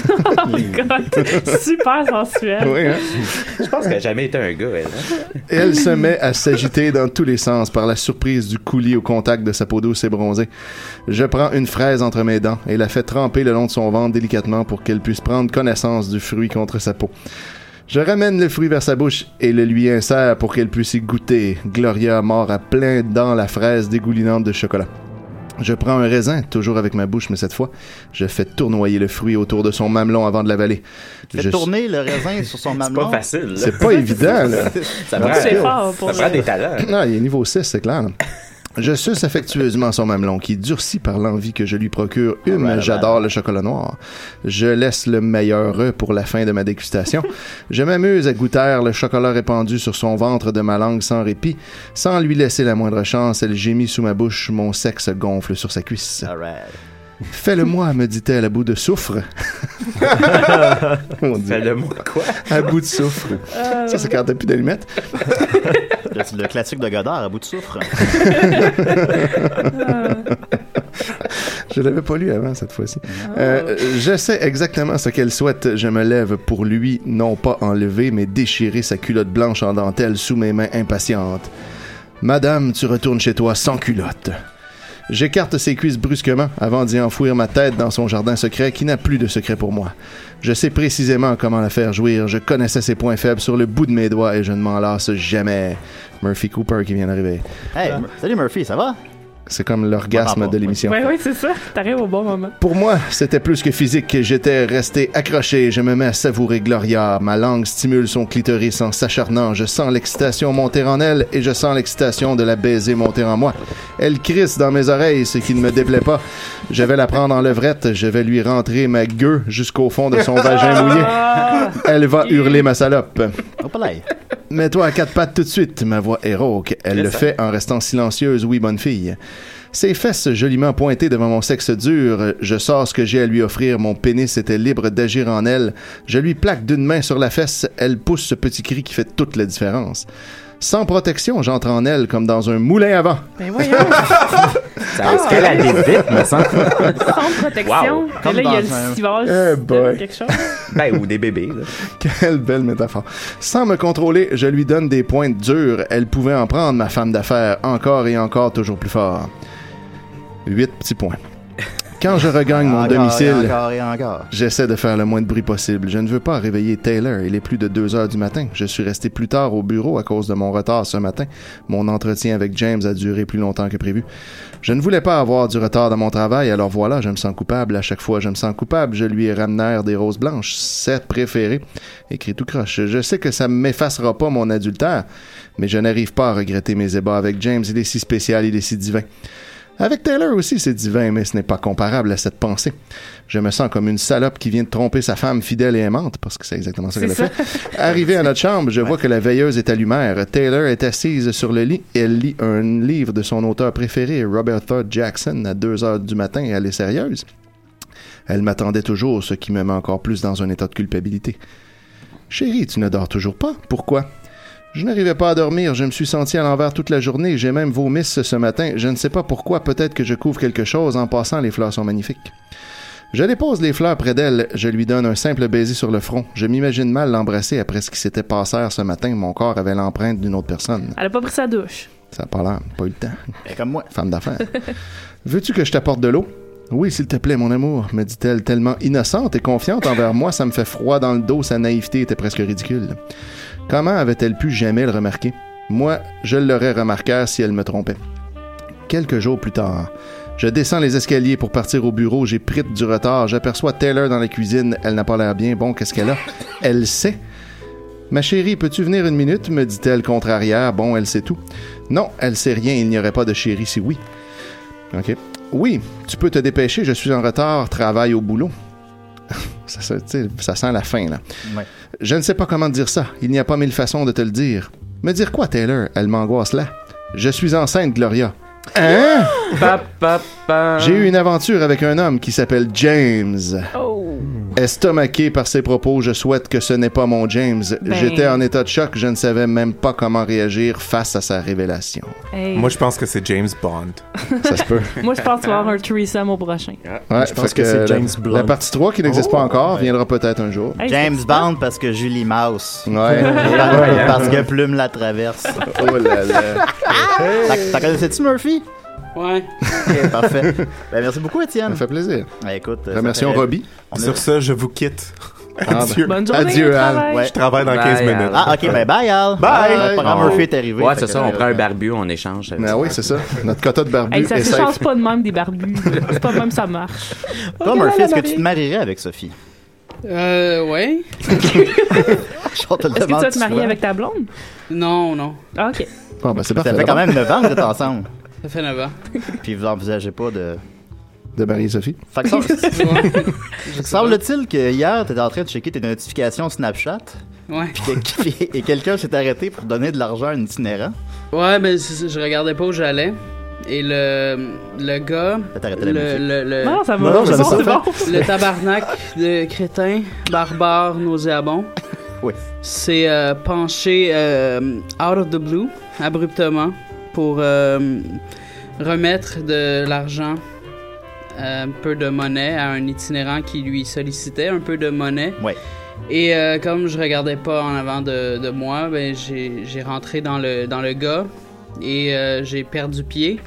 S6: Oh my god. Super sensuel.
S5: Oui, hein?
S10: Je pense qu'elle a jamais été un gars, elle. hein.
S5: Et elle se met à s'agiter dans tous les sens par la surprise du coulis au contact de sa peau douce et bronzée. Je prends une fraise entre mes dents et la fais tremper le long de son ventre délicatement pour qu'elle puisse prendre connaissance du fruit contre sa peau. Je ramène le fruit vers sa bouche et le lui insère pour qu'elle puisse y goûter. Gloria mord à plein dents la fraise dégoulinante de chocolat. Je prends un raisin, toujours avec ma bouche, mais cette fois, je fais tournoyer le fruit autour de son mamelon avant de l'avaler.
S7: Fait
S5: Je-
S7: tourner le raisin sur
S5: Ah
S7: son
S10: C'est
S7: mamelon.
S10: pas facile, là.
S5: C'est pas évident, là.
S10: Ça
S6: C'est
S10: prend,
S6: fort pour
S10: ça prend des talents.
S5: Non, Ah, il est niveau 6, c'est clair. Je suce affectueusement son mamelon qui durcit par l'envie que je lui procure. Hum,
S7: Alright,
S5: j'adore le chocolat noir. Je laisse le meilleur eux pour la fin de ma dégustation. je m'amuse à goûter le chocolat répandu sur son ventre de ma langue sans répit. Sans lui laisser la moindre chance, elle gémit sous ma bouche, mon sexe gonfle sur sa cuisse.
S7: All right.
S5: Fais-le-moi, me dit-elle à bout de soufre. Mon Dieu,
S10: Fais-le moi quoi?
S5: à bout de soufre. Ça, c'est quand t'as plus d'allumettes.
S7: Là, C'est le classique de Godard à bout de soufre.
S5: Je l'avais pas lu avant cette fois-ci. Euh, je sais exactement ce qu'elle souhaite. Je me lève pour lui, non pas enlever, mais déchirer sa culotte blanche en dentelle sous mes mains impatientes. Madame, tu retournes chez toi sans culotte. J'écarte ses cuisses brusquement avant d'y enfouir ma tête dans son jardin secret qui n'a plus de secret pour moi. Je sais précisément comment la faire jouir. Je connaissais ses points faibles sur le bout de mes doigts et je ne m'en lasse jamais. Murphy Cooper qui vient d'arriver.
S7: Hey, Mur- salut Murphy, ça va?
S5: C'est comme l'orgasme de l'émission.
S6: Euh, Ouais, ouais, c'est ça. T'arrives au bon moment.
S5: Pour moi, c'était plus que physique. J'étais resté accroché. Je me mets à savourer Gloria. Ma langue stimule son clitoris en s'acharnant. Je sens l'excitation monter en elle et je sens l'excitation de la baiser monter en moi. Elle crisse dans mes oreilles, ce qui ne me déplaît pas. Je vais la prendre en levrette. Je vais lui rentrer ma gueule jusqu'au fond de son vagin mouillé. Elle va hurler ma salope.
S7: Hop là.
S5: Mets-toi à quatre pattes tout de suite, ma voix héroïque. Elle le fait en restant silencieuse, oui, bonne fille. Ses fesses joliment pointées devant mon sexe dur, je sors ce que j'ai à lui offrir, mon pénis était libre d'agir en elle. Je lui plaque d'une main sur la fesse, elle pousse ce petit cri qui fait toute la différence. Sans protection, j'entre en elle comme dans un moulin à vent.
S6: Mais Ben voyons,
S4: Ah!
S10: Ça escalade vite, me semble.
S6: sans protection.
S10: Wow.
S6: Et
S7: Comme
S6: là, il y a
S7: dans un-
S6: le civage.
S5: Eh boy.
S6: Quelque chose.
S10: Ben, ou des bébés. là.
S5: Quelle belle métaphore. Sans me contrôler, je lui donne des pointes dures. Elle pouvait en prendre, ma femme d'affaires, encore et encore, toujours plus fort. Huit petits points. Quand je regagne mon
S7: Encore et
S5: domicile,
S7: encore et encore.
S5: j'essaie de faire le moins de bruit possible. Je ne veux pas réveiller Taylor. Il est plus de 2 heures du matin. Je suis resté plus tard au bureau à cause de mon retard ce matin. Mon entretien avec James a duré plus longtemps que prévu. Je ne voulais pas avoir du retard dans mon travail, alors voilà, je me sens coupable. À chaque fois, je me sens coupable. Je lui ai ramené des roses blanches, sept préférées, écrit tout croche. Je sais que ça ne m'effacera pas mon adultère, mais je n'arrive pas à regretter mes ébats avec James. Il est si spécial, il est si divin. Avec Taylor aussi, c'est divin, mais ce n'est pas comparable à cette pensée. Je me sens comme une salope qui vient de tromper sa femme fidèle et aimante, parce que c'est exactement ça qu'elle a
S11: C'est
S5: fait. Arrivé à notre chambre, je vois que la veilleuse est allumère. Taylor est assise sur le lit. Elle lit un livre de son auteur préféré, Robert Thorpe Jackson, à 2 heures du matin. Elle est sérieuse. Elle m'attendait toujours, ce qui me met encore plus dans un état de culpabilité. Chérie, tu ne dors toujours pas. Pourquoi? Je n'arrivais pas à dormir, je me suis senti à l'envers toute la journée, j'ai même vomi ce ce matin, je ne sais pas pourquoi, peut-être que je couvre quelque chose, en passant les fleurs sont magnifiques. Je dépose les fleurs près d'elle, je lui donne un simple baiser sur le front, je m'imagine mal l'embrasser après ce qui s'était passé hier ce matin, mon corps avait l'empreinte d'une autre personne.
S6: Elle a pas pris sa douche.
S5: Ça n'a pas l'air, pas eu le temps.
S7: comme moi.
S5: Femme d'affaires. Veux-tu que je t'apporte de l'eau? Oui, s'il te plaît, mon amour, me dit-elle, tellement innocente et confiante envers moi, ça me fait froid dans le dos, sa naïveté était presque ridicule. Comment avait-elle pu jamais le remarquer? Moi, je l'aurais remarqué si elle me trompait. Quelques jours plus tard, je descends les escaliers pour partir au bureau, j'ai pris du retard, j'aperçois Taylor dans la cuisine, elle n'a pas l'air bien, bon, qu'est-ce qu'elle a? Elle sait. Ma chérie, peux-tu venir une minute? me dit-elle contrarière. Bon, elle sait tout. Non, elle sait rien, il n'y aurait pas de chérie si oui. OK. Oui, tu peux te dépêcher, je suis en retard, travaille au boulot. ça, ça, tu sais, ça sent la fin, là.
S7: Ouais.
S5: Je ne sais pas comment te dire ça. Il n'y a pas mille façons de te le dire. Me dire quoi, Taylor? Elle m'angoisse là. Je suis enceinte, Gloria. Hein? J'ai eu une aventure avec un homme qui s'appelle James.
S7: Oh.
S5: Estomaqué par ses propos, je souhaite que ce n'est pas mon James.
S8: Ben.
S5: J'étais en état de choc, je ne savais même pas comment réagir face à sa révélation.
S6: Hey.
S8: Moi, je pense que c'est James Bond.
S5: Ça se peut.
S6: Moi, je pense qu'il va y avoir un threesome au prochain.
S5: Ouais,
S8: Je pense
S5: fait
S8: que c'est
S5: la-
S8: James
S5: la,
S8: Blunt.
S5: partie 3 qui n'existe pas encore viendra peut-être un jour.
S6: Hey,
S7: James Bond parce que Julie Mouse.
S5: Ouais.
S7: Par-
S5: Ouais, hein.
S7: parce que Plume la traverse.
S5: Oh là là.
S7: T'as t'as connaissais-tu Murphy?
S12: Ouais.
S7: Ok, parfait. Ben, merci beaucoup, Étienne. Ça
S5: fait plaisir.
S7: écoute, euh,
S8: Remercions
S7: ça fait-
S8: Robbie.
S7: On
S8: Sur
S7: est-
S8: ce, je vous quitte.
S5: Ah,
S7: ben.
S8: Adieu.
S7: Bonne journée, Adieu, bon Al. travail.
S8: Ouais. Je travaille dans
S7: Bye,
S8: 15
S7: Al.
S8: minutes.
S7: Ah, ok, ben bye, Al.
S8: Bye.
S7: Notre programme
S8: Oh.
S7: Murphy est arrivé.
S8: Ouais,
S7: fait
S8: c'est
S7: que-
S8: ça, on prend
S5: euh,
S8: un
S10: barbu en échange.
S5: Ah oui, c'est ça. Notre quota de barbu
S6: Hey, ça
S5: est
S6: se
S5: safe.
S6: change pas de même des barbus. C'est pas de même ça marche.
S7: Toi,
S6: Ok,
S7: Murphy,
S6: la Oh
S7: est-ce que
S6: Marie.
S7: tu te marierais avec Sophie?
S12: Euh, ouais.
S7: Je te le
S6: Est-ce que tu
S7: demande
S6: vas te marier
S7: souvent.
S6: avec ta blonde?
S12: Non, non.
S6: Ah, ok.
S5: Bon, ben, c'est
S7: Ça
S5: parfait.
S7: fait quand même 9 ans que vous êtes ensemble.
S12: Ça fait 9 ans.
S7: Puis vous envisagez pas de.
S5: De Marie-Sophie.
S7: Fait que ça- Semble-t-il que hier, t'étais en train de checker tes notifications Snapchat.
S12: Ouais.
S7: Puis que- et quelqu'un s'est arrêté pour donner de l'argent à un itinérant.
S12: Ouais, mais c'est ça, je regardais pas où j'allais. Et le, le gars.
S7: t'arrêter
S12: le,
S7: la musique.
S12: le, le-
S7: Non, non, ça va, Non, non, c'est j'aime bon, ça. c'est bon.
S12: Le tabarnak de crétin, barbare, nauséabond.
S7: Oui.
S12: C'est euh, penché euh, out of the blue, abruptement, pour euh, remettre de l'argent, euh, un peu de monnaie à un itinérant qui lui sollicitait un peu de monnaie.
S7: Ouais.
S12: Et euh, comme je regardais pas en avant de, de moi, ben, j'ai j'ai rentré dans le, dans le gars et euh, j'ai perdu pied.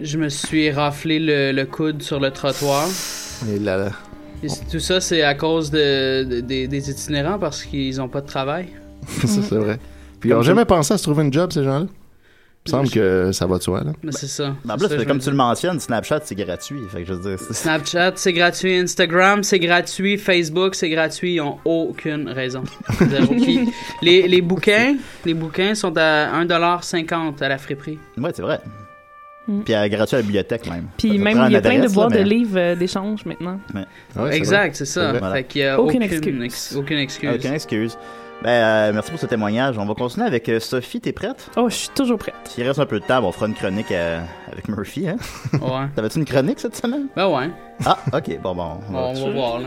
S12: Je me suis raflé le, le coude sur le trottoir.
S5: Et là, là.
S12: Et c- tout ça, c'est à cause de, de- des- des itinérants parce qu'ils ont pas de travail.
S5: Ça, c'est vrai. Puis ils
S12: Comme
S5: n'ont
S12: tout-
S5: jamais pensé à se trouver une job, ces gens-là. Il me semble que ça va de soi, là.
S12: Mais c'est ça.
S7: Mais en
S12: C'est
S7: plus,
S12: ça, je
S7: comme
S12: me
S7: tu le mentionnes, Snapchat, c'est gratuit. Fait que je veux dire, c'est-
S12: Snapchat, c'est gratuit. Instagram, c'est gratuit. Facebook, c'est gratuit. Ils n'ont aucune raison. Zéro. Puis les, les bouquins, les bouquins sont à 1,50$ à la friperie.
S7: Ouais, c'est vrai. Puis euh, gratuit à la bibliothèque, même.
S6: Puis même, il y a plein de boîtes de livres euh, d'échange maintenant.
S12: exact, c'est ça.
S7: Voilà.
S12: Fait qu'il y a
S6: Aucune
S12: aucune,
S6: excuse.
S12: ex- aucune excuse.
S7: Aucune excuse. Ben, euh, merci pour ce témoignage. On va continuer avec euh, Sophie. T'es prête?
S6: Oh, je suis toujours prête.
S7: S'il reste un peu de temps, on fera une chronique euh, avec Murphy, hein?
S12: Ouais.
S7: T'avais-tu une chronique cette semaine?
S12: Ben ouais.
S7: Ah, ok. Bon, bon.
S12: On va voir, là.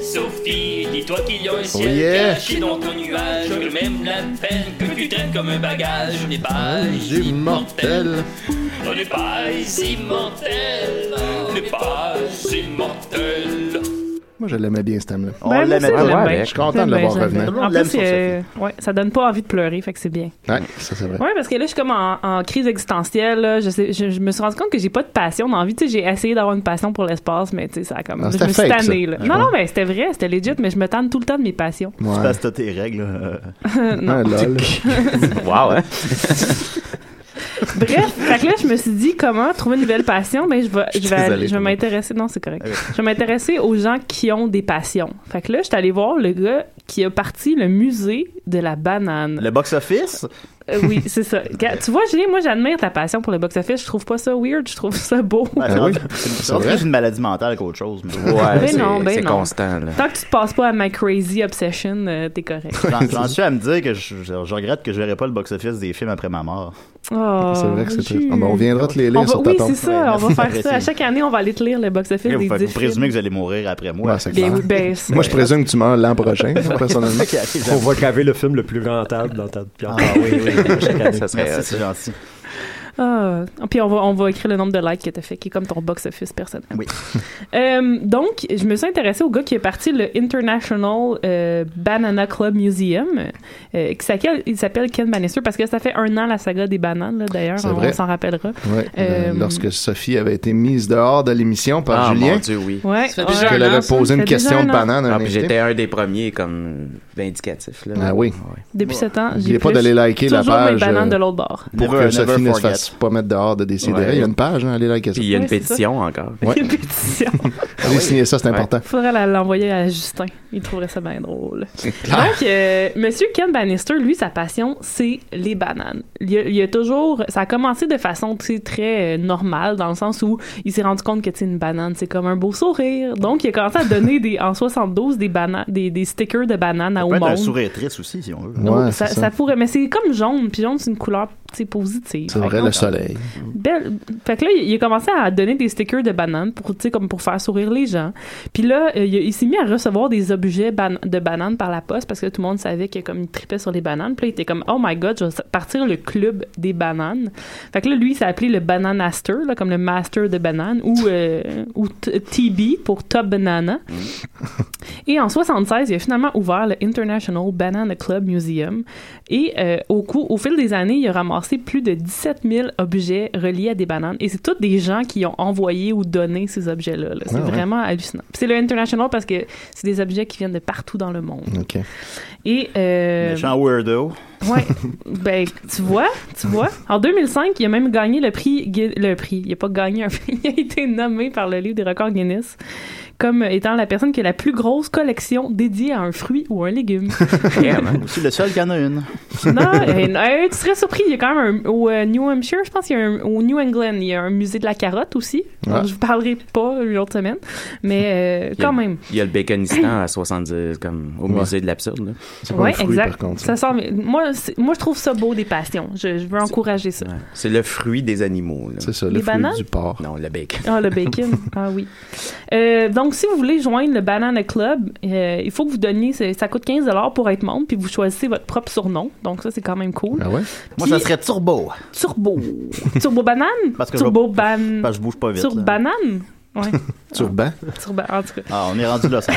S13: Sophie, dis-toi qu'il y a un ciel
S7: Oh yeah.
S13: caché dans ton nuage. Que même la peine que tu traînes comme un bagage n'est pas
S5: immortel.
S13: On n'est pas immortel, on n'est pas immortel.
S5: Moi, je l'aimais bien, ce thème-là.
S6: Ben, moi aussi, je l'aime bien.
S5: Je suis content de le
S6: l'aime
S5: voir
S6: bien, je l'aime
S5: revenir.
S6: bien. En plus, euh, ouais, ça donne pas envie de pleurer, fait que c'est bien.
S5: Ouais, ça, c'est vrai.
S6: Ouais, parce que là, je suis comme en, en crise existentielle. là. Je, sais, je, je me suis rendu compte que j'ai pas de passion d'envie. Tu sais, j'ai essayé d'avoir une passion pour l'espace, mais tu sais, ça a comme.
S7: Ah,
S6: je
S7: c'était
S6: me suis
S7: fake, ça.
S6: tannée, là.
S7: Je
S6: Non, non,
S7: vois.
S6: mais c'était vrai, c'était legit, mais je me tanne tout le temps de mes passions.
S7: Tu passes toutes tes règles. euh.
S5: Ah,
S6: Non.
S7: wow, hein?
S6: Bref, fait que là, je me suis dit comment trouver une nouvelle passion. Ben, je vais, je
S7: suis
S6: vais,
S7: désolé,
S6: je vais
S7: tout le monde.
S6: m'intéresser. Non, c'est correct. Je vais m'intéresser aux gens qui ont des passions. Fait que là, je suis allée voir le gars qui a parti le musée de la banane.
S7: Le box-office?
S6: Euh, oui, c'est ça. Ga- Tu vois, Julien, moi, j'admire ta passion pour le box-office. Je trouve pas ça weird. Je trouve ça beau.
S7: Ben, c'est rendu- c'est rendu plus une maladie mentale qu'autre chose. mais-
S6: Ben c'est- non, ben c'est non.
S4: constant, là.
S6: Tant que tu te passes pas à ma crazy obsession, euh, t'es correct.
S7: J'en- J'en suis à me dire que je, je- je regrette que je verrai pas le box-office des films après ma mort.
S6: Oh,
S5: C'est vrai que c'est triste.
S6: Jules.
S5: Ah, ben, on viendra te les
S6: On
S5: lire
S6: va-
S5: sur ta
S6: oui,
S5: tombe.
S6: c'est ça. on
S7: Ouais,
S6: va faire
S7: merci.
S6: ça. À chaque année, on va aller te lire le box-office
S7: Vous,
S6: des
S7: faites-
S6: 10
S7: vous hein. présumez
S6: films.
S7: que vous allez mourir après moi.
S5: Ouais, c'est clair.
S6: Ben oui, ben, c'est-
S5: Moi, je présume que tu meurs l'an prochain, personnellement.
S9: On va graver le film le plus rentable dans ta pièce. Ah oui, oui, chaque année.
S7: Ça serait-
S5: euh,
S7: Merci, c'est gentil.
S6: Ah, puis on va, on va écrire le nombre de likes que t'as fait, qui est comme ton box-office personnel.
S7: Oui.
S6: Euh, donc, je me suis intéressée au gars qui est parti le International euh, Banana Club Museum, euh, qui s'appelle- il s'appelle Ken Bannister, parce que ça fait un an la saga des bananes, là, d'ailleurs,
S5: C'est
S6: on,
S5: vrai.
S6: on s'en rappellera.
S5: Ouais, euh,
S6: Euh,
S5: lorsque Sophie avait été mise dehors de l'émission par
S4: Ah,
S5: Julien.
S4: mon Dieu, oui.
S6: Ouais, Ah, ouais.
S5: Parce qu'elle avait posé une question de banane à un
S4: Ah, puis
S5: invité.
S4: j'étais un des premiers comme d'indicatif. là.
S5: Ah oui.
S6: Depuis sept ans, j'ai
S5: N'oubliez pas
S6: plus
S5: d'aller liker la
S6: toujours mes
S5: page.
S6: bananes
S5: euh,
S6: de l'autre bord.
S5: Pour
S4: Never-
S5: que Sophie
S4: never
S5: ne se
S4: forget.
S5: fasse pas mettre dehors de décider.
S4: Ouais.
S5: Il y a une page, hein, allez liker ça.
S4: Puis ah il y a une
S6: Ouais, c'est ça.
S4: pétition encore.
S5: Ouais.
S6: Il y a une pétition.
S5: Allez signer ça, c'est important.
S6: Faudrait la- l'envoyer à Justin. Il trouverait ça bien drôle. Donc, euh, Monsieur Ken Bannister, lui, sa passion, c'est les bananes. Il y a, il y a toujours, ça a commencé de façon tu sais, très euh, normale, dans le sens où il s'est rendu compte que tu sais, une banane, c'est comme un beau sourire. Donc, il a commencé à donner des, en 72 des bananes, des, des stickers de bananes à
S7: Ça
S6: au
S7: peut être un
S6: monde.
S7: sourire triste aussi, si on veut.
S6: Oh, ça, ça pourrait, mais c'est comme jaune, puis jaune, c'est une couleur tu sais, positive.
S5: C'est vrai,
S6: Fait que
S5: le
S6: donc,
S5: soleil.
S6: Belle. Fait que là, il a commencé à donner des stickers de bananes pour, tu sais, comme pour faire sourire les gens. Puis là, euh, il, a- il s'est mis à recevoir des objets ban- de bananes par la poste parce que tout le monde savait que comme il tripait sur les bananes. Puis là, il était comme, oh my god, je vais partir le club des bananes. Fait que là, lui, il s'est appelé le Bananaster, là, comme le master de bananes ou, euh, ou T- TB pour Top Banana. Et en 76, il a finalement ouvert le International Banana Club Museum. Et euh, au, cou- au fil des années, il a ramassé plus de 17 000 objets reliés à des bananes. Et c'est tous des gens qui ont envoyé ou donné ces objets-là. là. C'est
S5: Ah ouais.
S6: vraiment hallucinant. Puis c'est le International parce que c'est des objets qui viennent de partout dans le monde.
S5: OK.
S6: Et... euh,
S7: Méchant weirdo.
S6: Ouais. ben, tu vois, tu vois. En 2005, il a même gagné le prix. Gui- Le prix. Il n'a pas gagné un prix. Il a été nommé par le livre des records Guinness comme étant la personne qui a la plus grosse collection dédiée à un fruit ou un légume.
S7: Aussi le seul qui en a une.
S6: non, euh, euh, tu serais surpris. Il y a quand même un, au euh, New Hampshire, je pense, il y a un, au New England, il y a un musée de la carotte aussi. Alors,
S4: Ouais.
S6: je vous parlerai pas une autre semaine, mais euh,
S4: Il y a
S6: quand
S4: le-
S6: même.
S4: Il y a le baconistan à 70, comme au musée de l'absurde. là.
S6: Ouais, exact. ça
S4: hein.
S6: semble- moi, c'est- moi, je trouve ça beau des passions. Je, je veux encourager ça.
S4: C'est le fruit des animaux. C'est
S5: ça,
S6: le Les fruit bananes? du
S5: porc.
S4: Non, le bacon.
S6: Ah, le bacon. ah oui. Euh, donc, si vous voulez joindre le Banana Club, euh, il faut que vous donniez, c'est- ça coûte 15 pour être membre, puis vous choisissez votre propre surnom. Donc, ça, c'est quand même cool.
S4: Ah
S7: Ah.
S5: ouais?
S7: Moi, ça serait Turbo.
S6: Turbo. Turbo Banane?
S7: Parce que je
S6: Turbo
S7: vais-
S6: Ban...
S7: Parce que je bouge pas vite.
S6: Turbo
S7: là.
S6: Banane? Ouais.
S5: Turban.
S6: Turbo, en tout cas.
S7: Ah, on est rendu là, ça.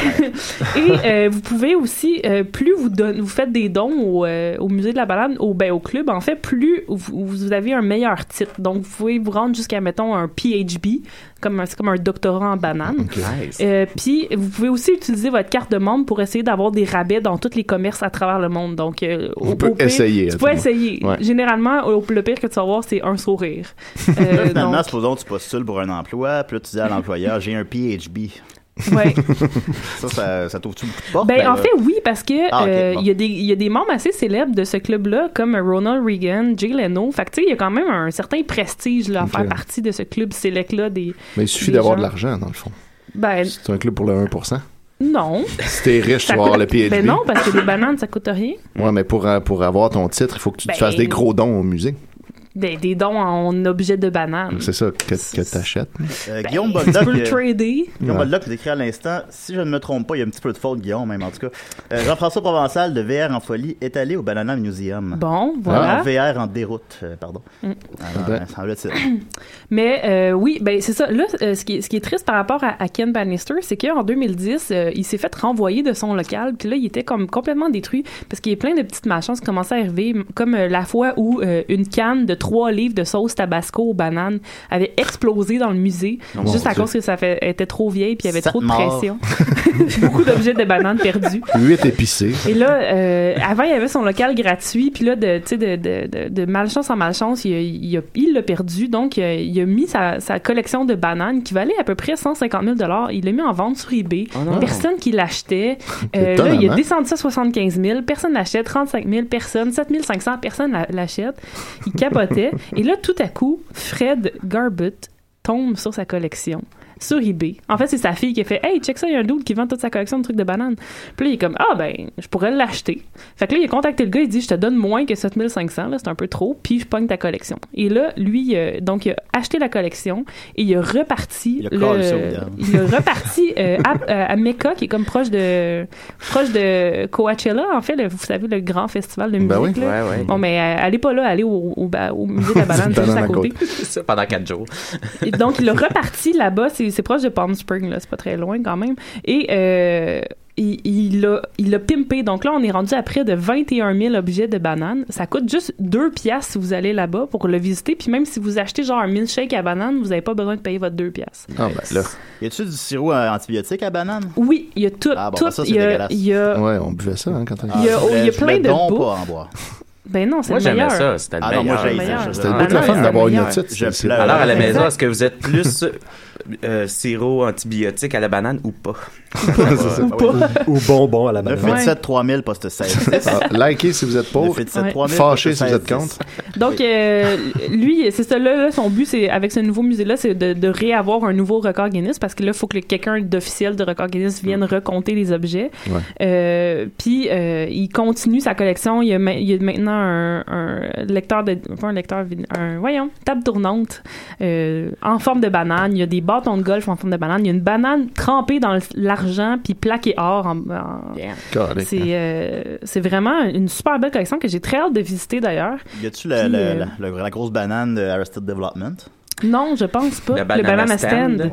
S6: Et euh, vous pouvez aussi, euh, plus vous, donne, vous faites des dons au, euh, au musée de la balade, au, ben, au club, en fait, plus vous, vous avez un meilleur titre. Donc, vous pouvez vous rendre jusqu'à, mettons, un PhD, comme un- c'est comme un doctorat en banane.
S4: Nice.
S6: Euh, Puis, vous pouvez aussi utiliser votre carte de membre pour essayer d'avoir des rabais dans tous les commerces à travers le monde. Donc, euh,
S5: On peut
S6: pire,
S5: essayer, à
S6: Tu
S5: tout
S6: peux
S5: le moins.
S6: essayer.
S5: Ouais.
S6: Généralement, au- le pire que tu vas avoir, c'est un sourire. Euh,
S7: Là, finalement,
S6: donc,
S7: supposons que tu postules pour un emploi, puis là, tu dis à l'employeur, j'ai un PhD.
S6: ouais.
S7: Ça, ça, ça t'ouvre-tu beaucoup de portes?
S6: Ben, en
S7: Oh, là?
S6: fait, oui, parce que
S7: Ah, ok,
S6: euh,
S7: bon.
S6: il y a des il y a des membres assez célèbres de ce club-là, comme Ronald Reagan, Jay Leno. Fait que, tu sais, il y a quand même un certain prestige là, à
S5: Ok.
S6: faire partie de ce club sélect-là. Des,
S5: Mais il suffit
S6: des
S5: d'avoir de
S6: gens.
S5: l'argent, dans le fond.
S6: Ben,
S5: C'est un club pour le 1%.
S6: non.
S5: Si t'es riche, tu
S6: Ça
S5: vas avoir
S6: coûte-
S5: le PhD.
S6: Ben non, parce que les bananes, ça coûte rien.
S5: Ouais, mais pour, euh, pour avoir ton titre, il faut que tu te
S6: Ben-
S5: fasses des gros dons au musée.
S6: des, Ben, des dons en objet de banane.
S5: C'est ça que, que t'achètes.
S7: Euh, Guillaume
S6: Ben,
S7: Boldock.
S6: tu peux le trader.
S7: Guillaume
S6: Ouais.
S7: Boldock l'écrit à l'instant. Si je ne me trompe pas, il y a un petit peu de faute, Guillaume, même en tout cas. Euh, Jean-François Provençal de VR en folie est allé au Banana Museum.
S6: Bon, voilà.
S7: En VR en déroute, euh, pardon.
S6: Mm.
S7: Alors,
S6: Ben.
S7: euh, semble-t-il.
S6: Mais euh, oui, ben c'est ça. Là, euh, ce, qui est, ce qui est triste par rapport à, à Ken Bannister, c'est qu'en 2010, euh, il s'est fait renvoyer de son local. Puis là, il était comme complètement détruit parce qu'il y a plein de petites malchances qui commençaient à arriver, m- comme euh, la fois où euh, une canne de trois livres de sauce tabasco aux bananes avait explosé dans le musée,
S7: Oh mon
S6: juste à
S7: Dieu.
S6: cause que ça fait, était trop vieille puis il y avait
S7: Sept
S6: trop de
S7: morts.
S6: pression. Beaucoup d'objets de bananes perdus.
S5: Huit épicés.
S6: Et là, euh, avant, il y avait son local gratuit, puis là, de, tu sais, de, de, de, de malchance en malchance, il a- il a- il l'a perdu. Donc, euh, il a mis sa, sa collection de bananes qui valait à peu près 150 000 Il l'a mis en vente sur eBay.
S11: Oh non.
S6: personne qui l'achetait. Euh, là, il
S11: Étonnamment.
S6: a descendu ça à 75 000. Personne l'achète. 35 000 personnes. 7 500 personnes la- l'achètent. Il capotait. Et là, tout à coup, Fred Garbutt tombe sur sa collection sur eBay. En fait, c'est sa fille qui a fait Hey, check ça, il y a un dude qui vend toute sa collection de trucs de bananes. Puis là, il est comme Ah, ben, je pourrais l'acheter. Fait que là, il a contacté le gars, il dit Je te donne moins que 7500, là, c'est un peu trop, puis je pogne ta collection. Et là, lui, euh, donc, il a acheté la collection et il a reparti.
S7: Il a
S6: le-
S7: callé ça au gars.
S6: il a reparti euh, à, à- à Mecca, qui est comme proche de, proche de Coachella, en fait, le- vous savez, le grand festival de musique.
S10: Ben oui.
S6: là.
S10: Ouais, ouais.
S6: Bon, mais euh, allez pas là, allez au, au, ba- au musée de la banane, c'est juste à côté.
S10: Ça, pendant 4 jours.
S6: Et donc, il a reparti là-bas. C'est c'est proche de Palm Springs, là. C'est pas très loin quand même. Et euh, il il l'a il l'a pimpé. Donc là, on est rendu à près de 21 000 objets de bananes. Ça coûte juste 2 piastres si vous allez là-bas pour le visiter. Puis même si vous achetez genre un milkshake à banane, vous n'avez pas besoin de payer votre 2 piastres.
S7: Ah, ben là. Y a-tu du sirop euh, antibiotique à banane?
S6: Oui, il y a tout.
S7: Ah, bon,
S6: tout
S7: ben ça, c'est
S6: il y a-
S7: dégueulasse.
S6: il y a-
S5: Ouais, on buvait ça hein, quand on
S7: Ah.
S6: Il y a- oh, il y a plein de
S7: dons
S6: bouffe.
S7: pas à en boire.
S6: Ben non, c'est
S10: Moi,
S6: le
S10: j'aimais
S6: meilleur.
S10: ça. C'était le
S7: Ah euh, non, moi,
S10: meilleur.
S7: j'haïssais, j'haïssais ça.
S5: C'était le fun d'avoir une otite.
S10: Je
S5: c'est-
S10: pleure. Alors, à la
S5: c'est-
S10: maison, est-ce que vous êtes plus euh, euh, sirop antibiotique à la banane ou pas?
S7: Ou
S10: pas.
S7: Ou bonbon à la
S6: Ben,
S10: banane.
S7: 987 3000 poste 16.
S6: Ah,
S5: Ah, Likez si vous êtes
S6: oh.
S5: pour.
S7: 987
S6: Ouais.
S7: 3000.
S5: Fâchez si vous êtes
S7: contre.
S6: Donc, euh, lui, c'est ça. Là, là, son but, c'est avec ce nouveau musée-là, c'est de, de réavoir un nouveau record Guinness parce que là, il faut que quelqu'un d'officiel de record Guinness vienne recompter les objets.
S5: Ouais.
S6: Euh, puis, euh, il continue sa collection. Il y a, ma- il y a maintenant un, un lecteur de. Pas un lecteur, vid- un. Voyons, table tournante euh, en forme de banane. Il y a des bâtons de golf en forme de banane. Il y a une banane trempée dans l'argent puis plaquée or en. en-
S7: Correct.
S6: C'est euh, c'est vraiment une super belle collection que j'ai très hâte de visiter d'ailleurs.
S7: Y a-tu la,
S6: Puis,
S7: la-
S6: euh,
S7: la- la- la grosse banane de Arrested Development?
S6: Non, je pense pas.
S7: Le
S6: Le
S7: banana
S6: banana,
S7: stand.
S6: stand.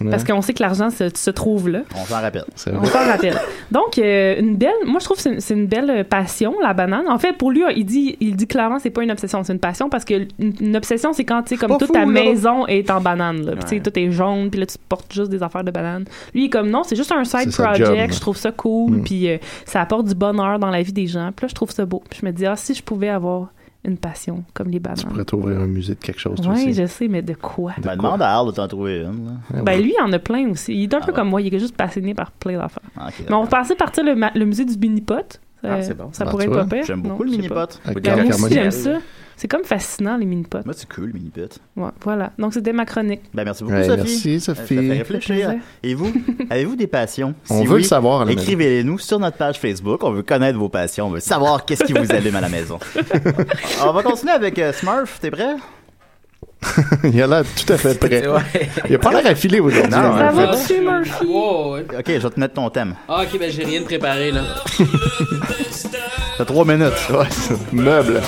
S7: Ouais.
S6: Parce
S7: Ouais.
S6: qu'on sait que l'argent se, se trouve là.
S7: On s'en rappelle. C'est
S6: On s'en rappelle. Donc, euh, une belle, moi je trouve que c'est une- c'est une belle euh, passion, la banane. En fait, pour lui, il dit, il dit clairement c'est pas une obsession, c'est une passion parce que une, une obsession, c'est quand tu sais, comme
S11: Pas
S6: toute
S11: fou,
S6: ta
S11: là.
S6: maison est en banane. Là. Puis, tu sais,
S11: Ouais.
S6: tout est jaune, puis là tu portes juste des affaires de banane. Lui, il est comme non, c'est juste un
S11: C'est
S6: side
S11: sa job.
S6: project, je trouve ça cool,
S11: Mm.
S6: puis euh, ça apporte du bonheur dans la vie des gens. Puis là, je trouve ça beau. Puis je me dis, ah, si je pouvais avoir une passion comme les
S5: Tu
S6: bananes.
S5: pourrais t'ouvrir un musée de quelque chose, toi
S6: Oui,
S5: aussi.
S6: je sais, mais de quoi?
S7: Ben, demande à Arl de t'en trouver une. là.
S6: Ben lui, il en a plein aussi. Il est un peu comme moi, il est juste passionné par plein d'affaires.
S7: Ah, ok,
S6: Mais on pensait partir le, ma- le musée du mini-pot.
S7: Ah,
S6: Euh,
S7: c'est bon.
S6: Ça
S7: Ben,
S6: pourrait
S7: tu
S6: être pas
S7: vois,
S6: pire.
S7: j'aime
S6: Non,
S7: beaucoup le
S6: je sais
S7: mini-pot.
S6: pas.
S7: Avec
S6: Ben,
S7: la
S6: moi aussi,
S7: harmonica.
S6: j'aime ça. C'est comme fascinant, les mini-pots.
S7: Moi, c'est cool, mini pit.
S6: Ouais, voilà. Donc, c'était ma chronique.
S7: Ben, merci beaucoup,
S5: Ouais,
S7: Sophie.
S5: merci,
S7: Ça fait
S5: Sophie.
S6: Ça fait
S7: réfléchir.
S6: plaisir.
S7: Et vous, avez-vous des passions?
S5: On veut le savoir à la maison.
S7: Écrivez-les-nous sur notre page Facebook. On veut connaître vos passions. On veut savoir qu'est-ce qui vous allume à la maison. On va continuer avec euh, Smurf. T'es prêt?
S5: Il a l'air tout à fait prêt.
S7: Ouais.
S5: Il a pas l'air affilé aujourd'hui.
S7: Non,
S5: en
S7: Ça va,
S5: fait.
S6: monsieur Murphy?
S7: Ok, je vais te mettre ton thème.
S12: Ah, ok, ben j'ai rien de préparé là.
S7: T'as trois minutes.
S5: Meuble.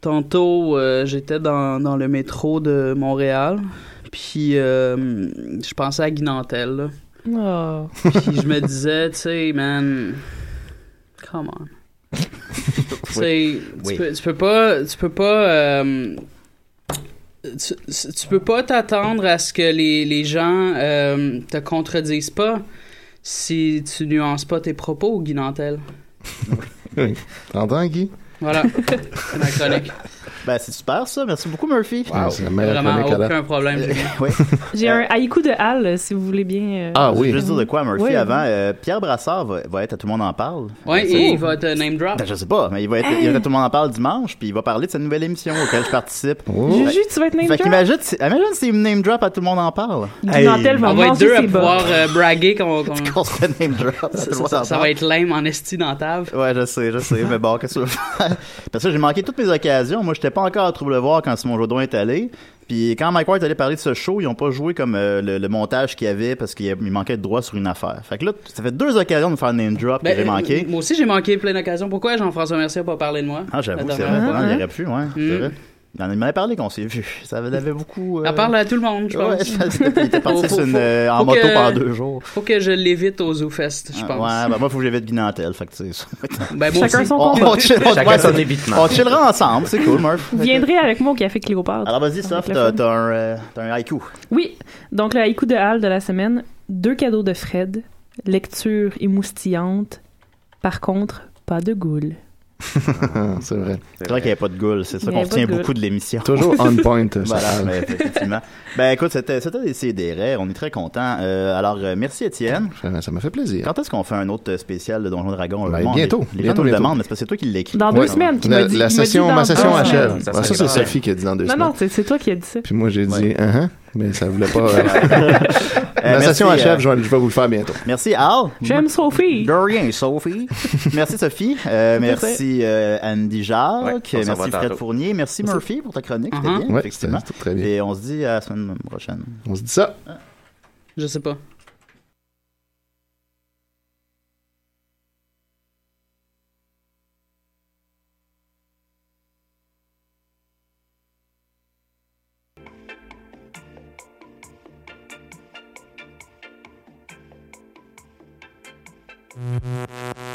S12: Tantôt, euh, j'étais dans, dans le métro de Montréal, puis euh, je pensais à Guy Nantel, là.
S6: Oh.
S12: Puis je me disais, tu sais, man, come on. Tu sais,
S11: Oui.
S12: Tu, peux, tu peux pas. Tu peux pas. euh, tu, tu peux pas t'attendre à ce que les, les gens euh, te contredisent pas si tu nuances pas tes propos, Guy Nantel.
S5: Oui. T'entends, Guy?
S12: Voilà. C'est ma chronique.
S7: Ben, c'est super ça. Merci beaucoup, Murphy.
S5: Wow. C'est la meilleure Vraiment chronique à date. aucun
S12: problème.
S7: oui.
S6: J'ai un haïku de Hal, euh, si vous voulez bien. euh,
S5: Ah
S7: Je veux Juste dire de quoi, Murphy,
S6: Oui.
S7: avant. euh, Pierre Brassard va, va être à Tout le monde en parle.
S12: Ouais,
S7: Euh,
S12: et
S7: c'est-
S12: il va être euh, name drop.
S7: Ben, je sais pas, mais il va être, il va être à Tout le monde en parle dimanche, puis il va parler de sa nouvelle émission auquel je participe.
S5: Oh.
S7: Ben,
S6: Juju, tu vas être name
S7: Oh. Fait
S6: drop?
S7: qu'imagine, si- imagine si une name drop à Tout le monde en parle.
S6: Guinantel va
S12: on va être
S6: manger
S12: deux à
S6: ses bottes.
S12: pouvoir euh, braguer qu'on qu'on-
S7: qu'on se fait name drop.
S12: Ça,
S7: Tout
S12: ça-
S7: le monde
S12: ça-
S7: en
S12: ça
S7: parle.
S12: va être lame en esti dans la table.
S7: Ouais, je sais, je sais, mais bon, qu'est-ce que tu veux faire? Parce que j'ai manqué toutes mes occasions. Moi, j'étais pas encore à Trouble-Voir quand Simon Jodon est allé. Puis quand Mike White allait parler de ce show, ils ont pas joué comme euh, le, le montage qu'il y avait parce qu'il y a- il manquait de droit sur une affaire. Fait que là, ça fait deux occasions de faire un name drop
S12: Ben,
S7: que j'ai
S12: euh,
S7: manqué.
S12: Moi aussi, j'ai manqué plein d'occasions. Pourquoi Jean-François Mercier n'a pas parlé de moi?
S7: Ah, j'avoue,
S12: La
S7: c'est vrai,
S12: dernière fois.
S7: il y aurait pu, ouais. c'est vrai. Il en avait parlé qu'on s'est vu. Ça avait, avait beaucoup. euh,
S12: Elle parle à tout le monde, je
S7: Ouais,
S12: pense.
S7: il était parti
S12: Faut-
S7: sur une,
S12: faut-
S7: euh, en
S12: faut
S7: moto
S12: que-
S7: pendant deux jours.
S12: Faut que je l'évite aux ZooFest, je
S7: Ah,
S12: pense.
S7: Ouais, ben moi, faut que j'évite Guinantel. Fait que tu sais, ça.
S12: Ben, moi Chacun aussi. son
S7: On- on
S12: combat.
S7: chill- on-
S12: Chacun
S7: ouais,
S12: son
S7: c'est-
S12: évitement.
S7: On chillera ensemble, c'est cool, Murph.
S6: Vous viendrez avec moi au café Cléopâtre.
S7: Alors vas-y,
S6: Ça va
S7: Soph,
S6: être le
S7: t'as
S6: fun.
S7: t'as un, euh, t'as un haïku.
S6: Oui, donc le haïku de Hal de la semaine, deux cadeaux de Fred, lecture émoustillante, par contre, pas de goule.
S5: c'est vrai.
S7: C'est vrai qu'il n'y avait pas de goule, c'est ça
S6: Il y avait pas
S7: qu'on
S6: de
S7: retient
S6: goule.
S7: beaucoup de l'émission.
S5: Toujours on point, ça.
S7: voilà, mais effectivement. Ben écoute, c'était c'était des CDR, on est très contents. Euh, alors, euh, merci Étienne.
S5: Ça m'a fait plaisir.
S7: Quand est-ce qu'on fait un autre spécial de Donjon Dragon?
S5: Ben,
S7: Le monde,
S5: bientôt,
S7: Les, les
S5: bientôt,
S7: gens nous le
S5: bientôt.
S7: demandent, mais c'est parce que c'est toi qui l'écris.
S6: Dans deux semaines, qui m'a
S5: La,
S6: dit-
S5: la
S6: qui m'a dit
S5: session,
S6: dans
S5: ma
S6: deux
S5: session
S6: semaines.
S5: achève.
S6: Ça,
S5: Ouais,
S6: ça
S5: Ça, c'est
S6: arrive.
S5: Sophie qui a dit dans deux
S6: Non,
S5: semaines.
S6: non, c'est c'est toi qui as dit ça.
S5: Puis moi, j'ai dit, ah, ah, mais ça voulait pas. la
S7: merci,
S5: session
S7: euh,
S5: achève, je vais je vais vous le faire bientôt.
S7: Merci Al.
S6: J'aime Sophie.
S7: De rien, Sophie. merci Sophie. Euh, merci euh, Andy Jacques.
S10: Ouais, on s'en va
S7: merci Fred
S10: tantôt.
S7: Fournier. Merci
S10: Merci.
S7: Murphy pour ta chronique. C'était
S12: Mhm.
S7: bien,
S5: Uh-huh. Ouais,
S7: effectivement.
S5: c'était très bien.
S7: Et on se dit à la semaine prochaine.
S5: On se dit ça.
S12: Je sais pas.
S3: Thank you.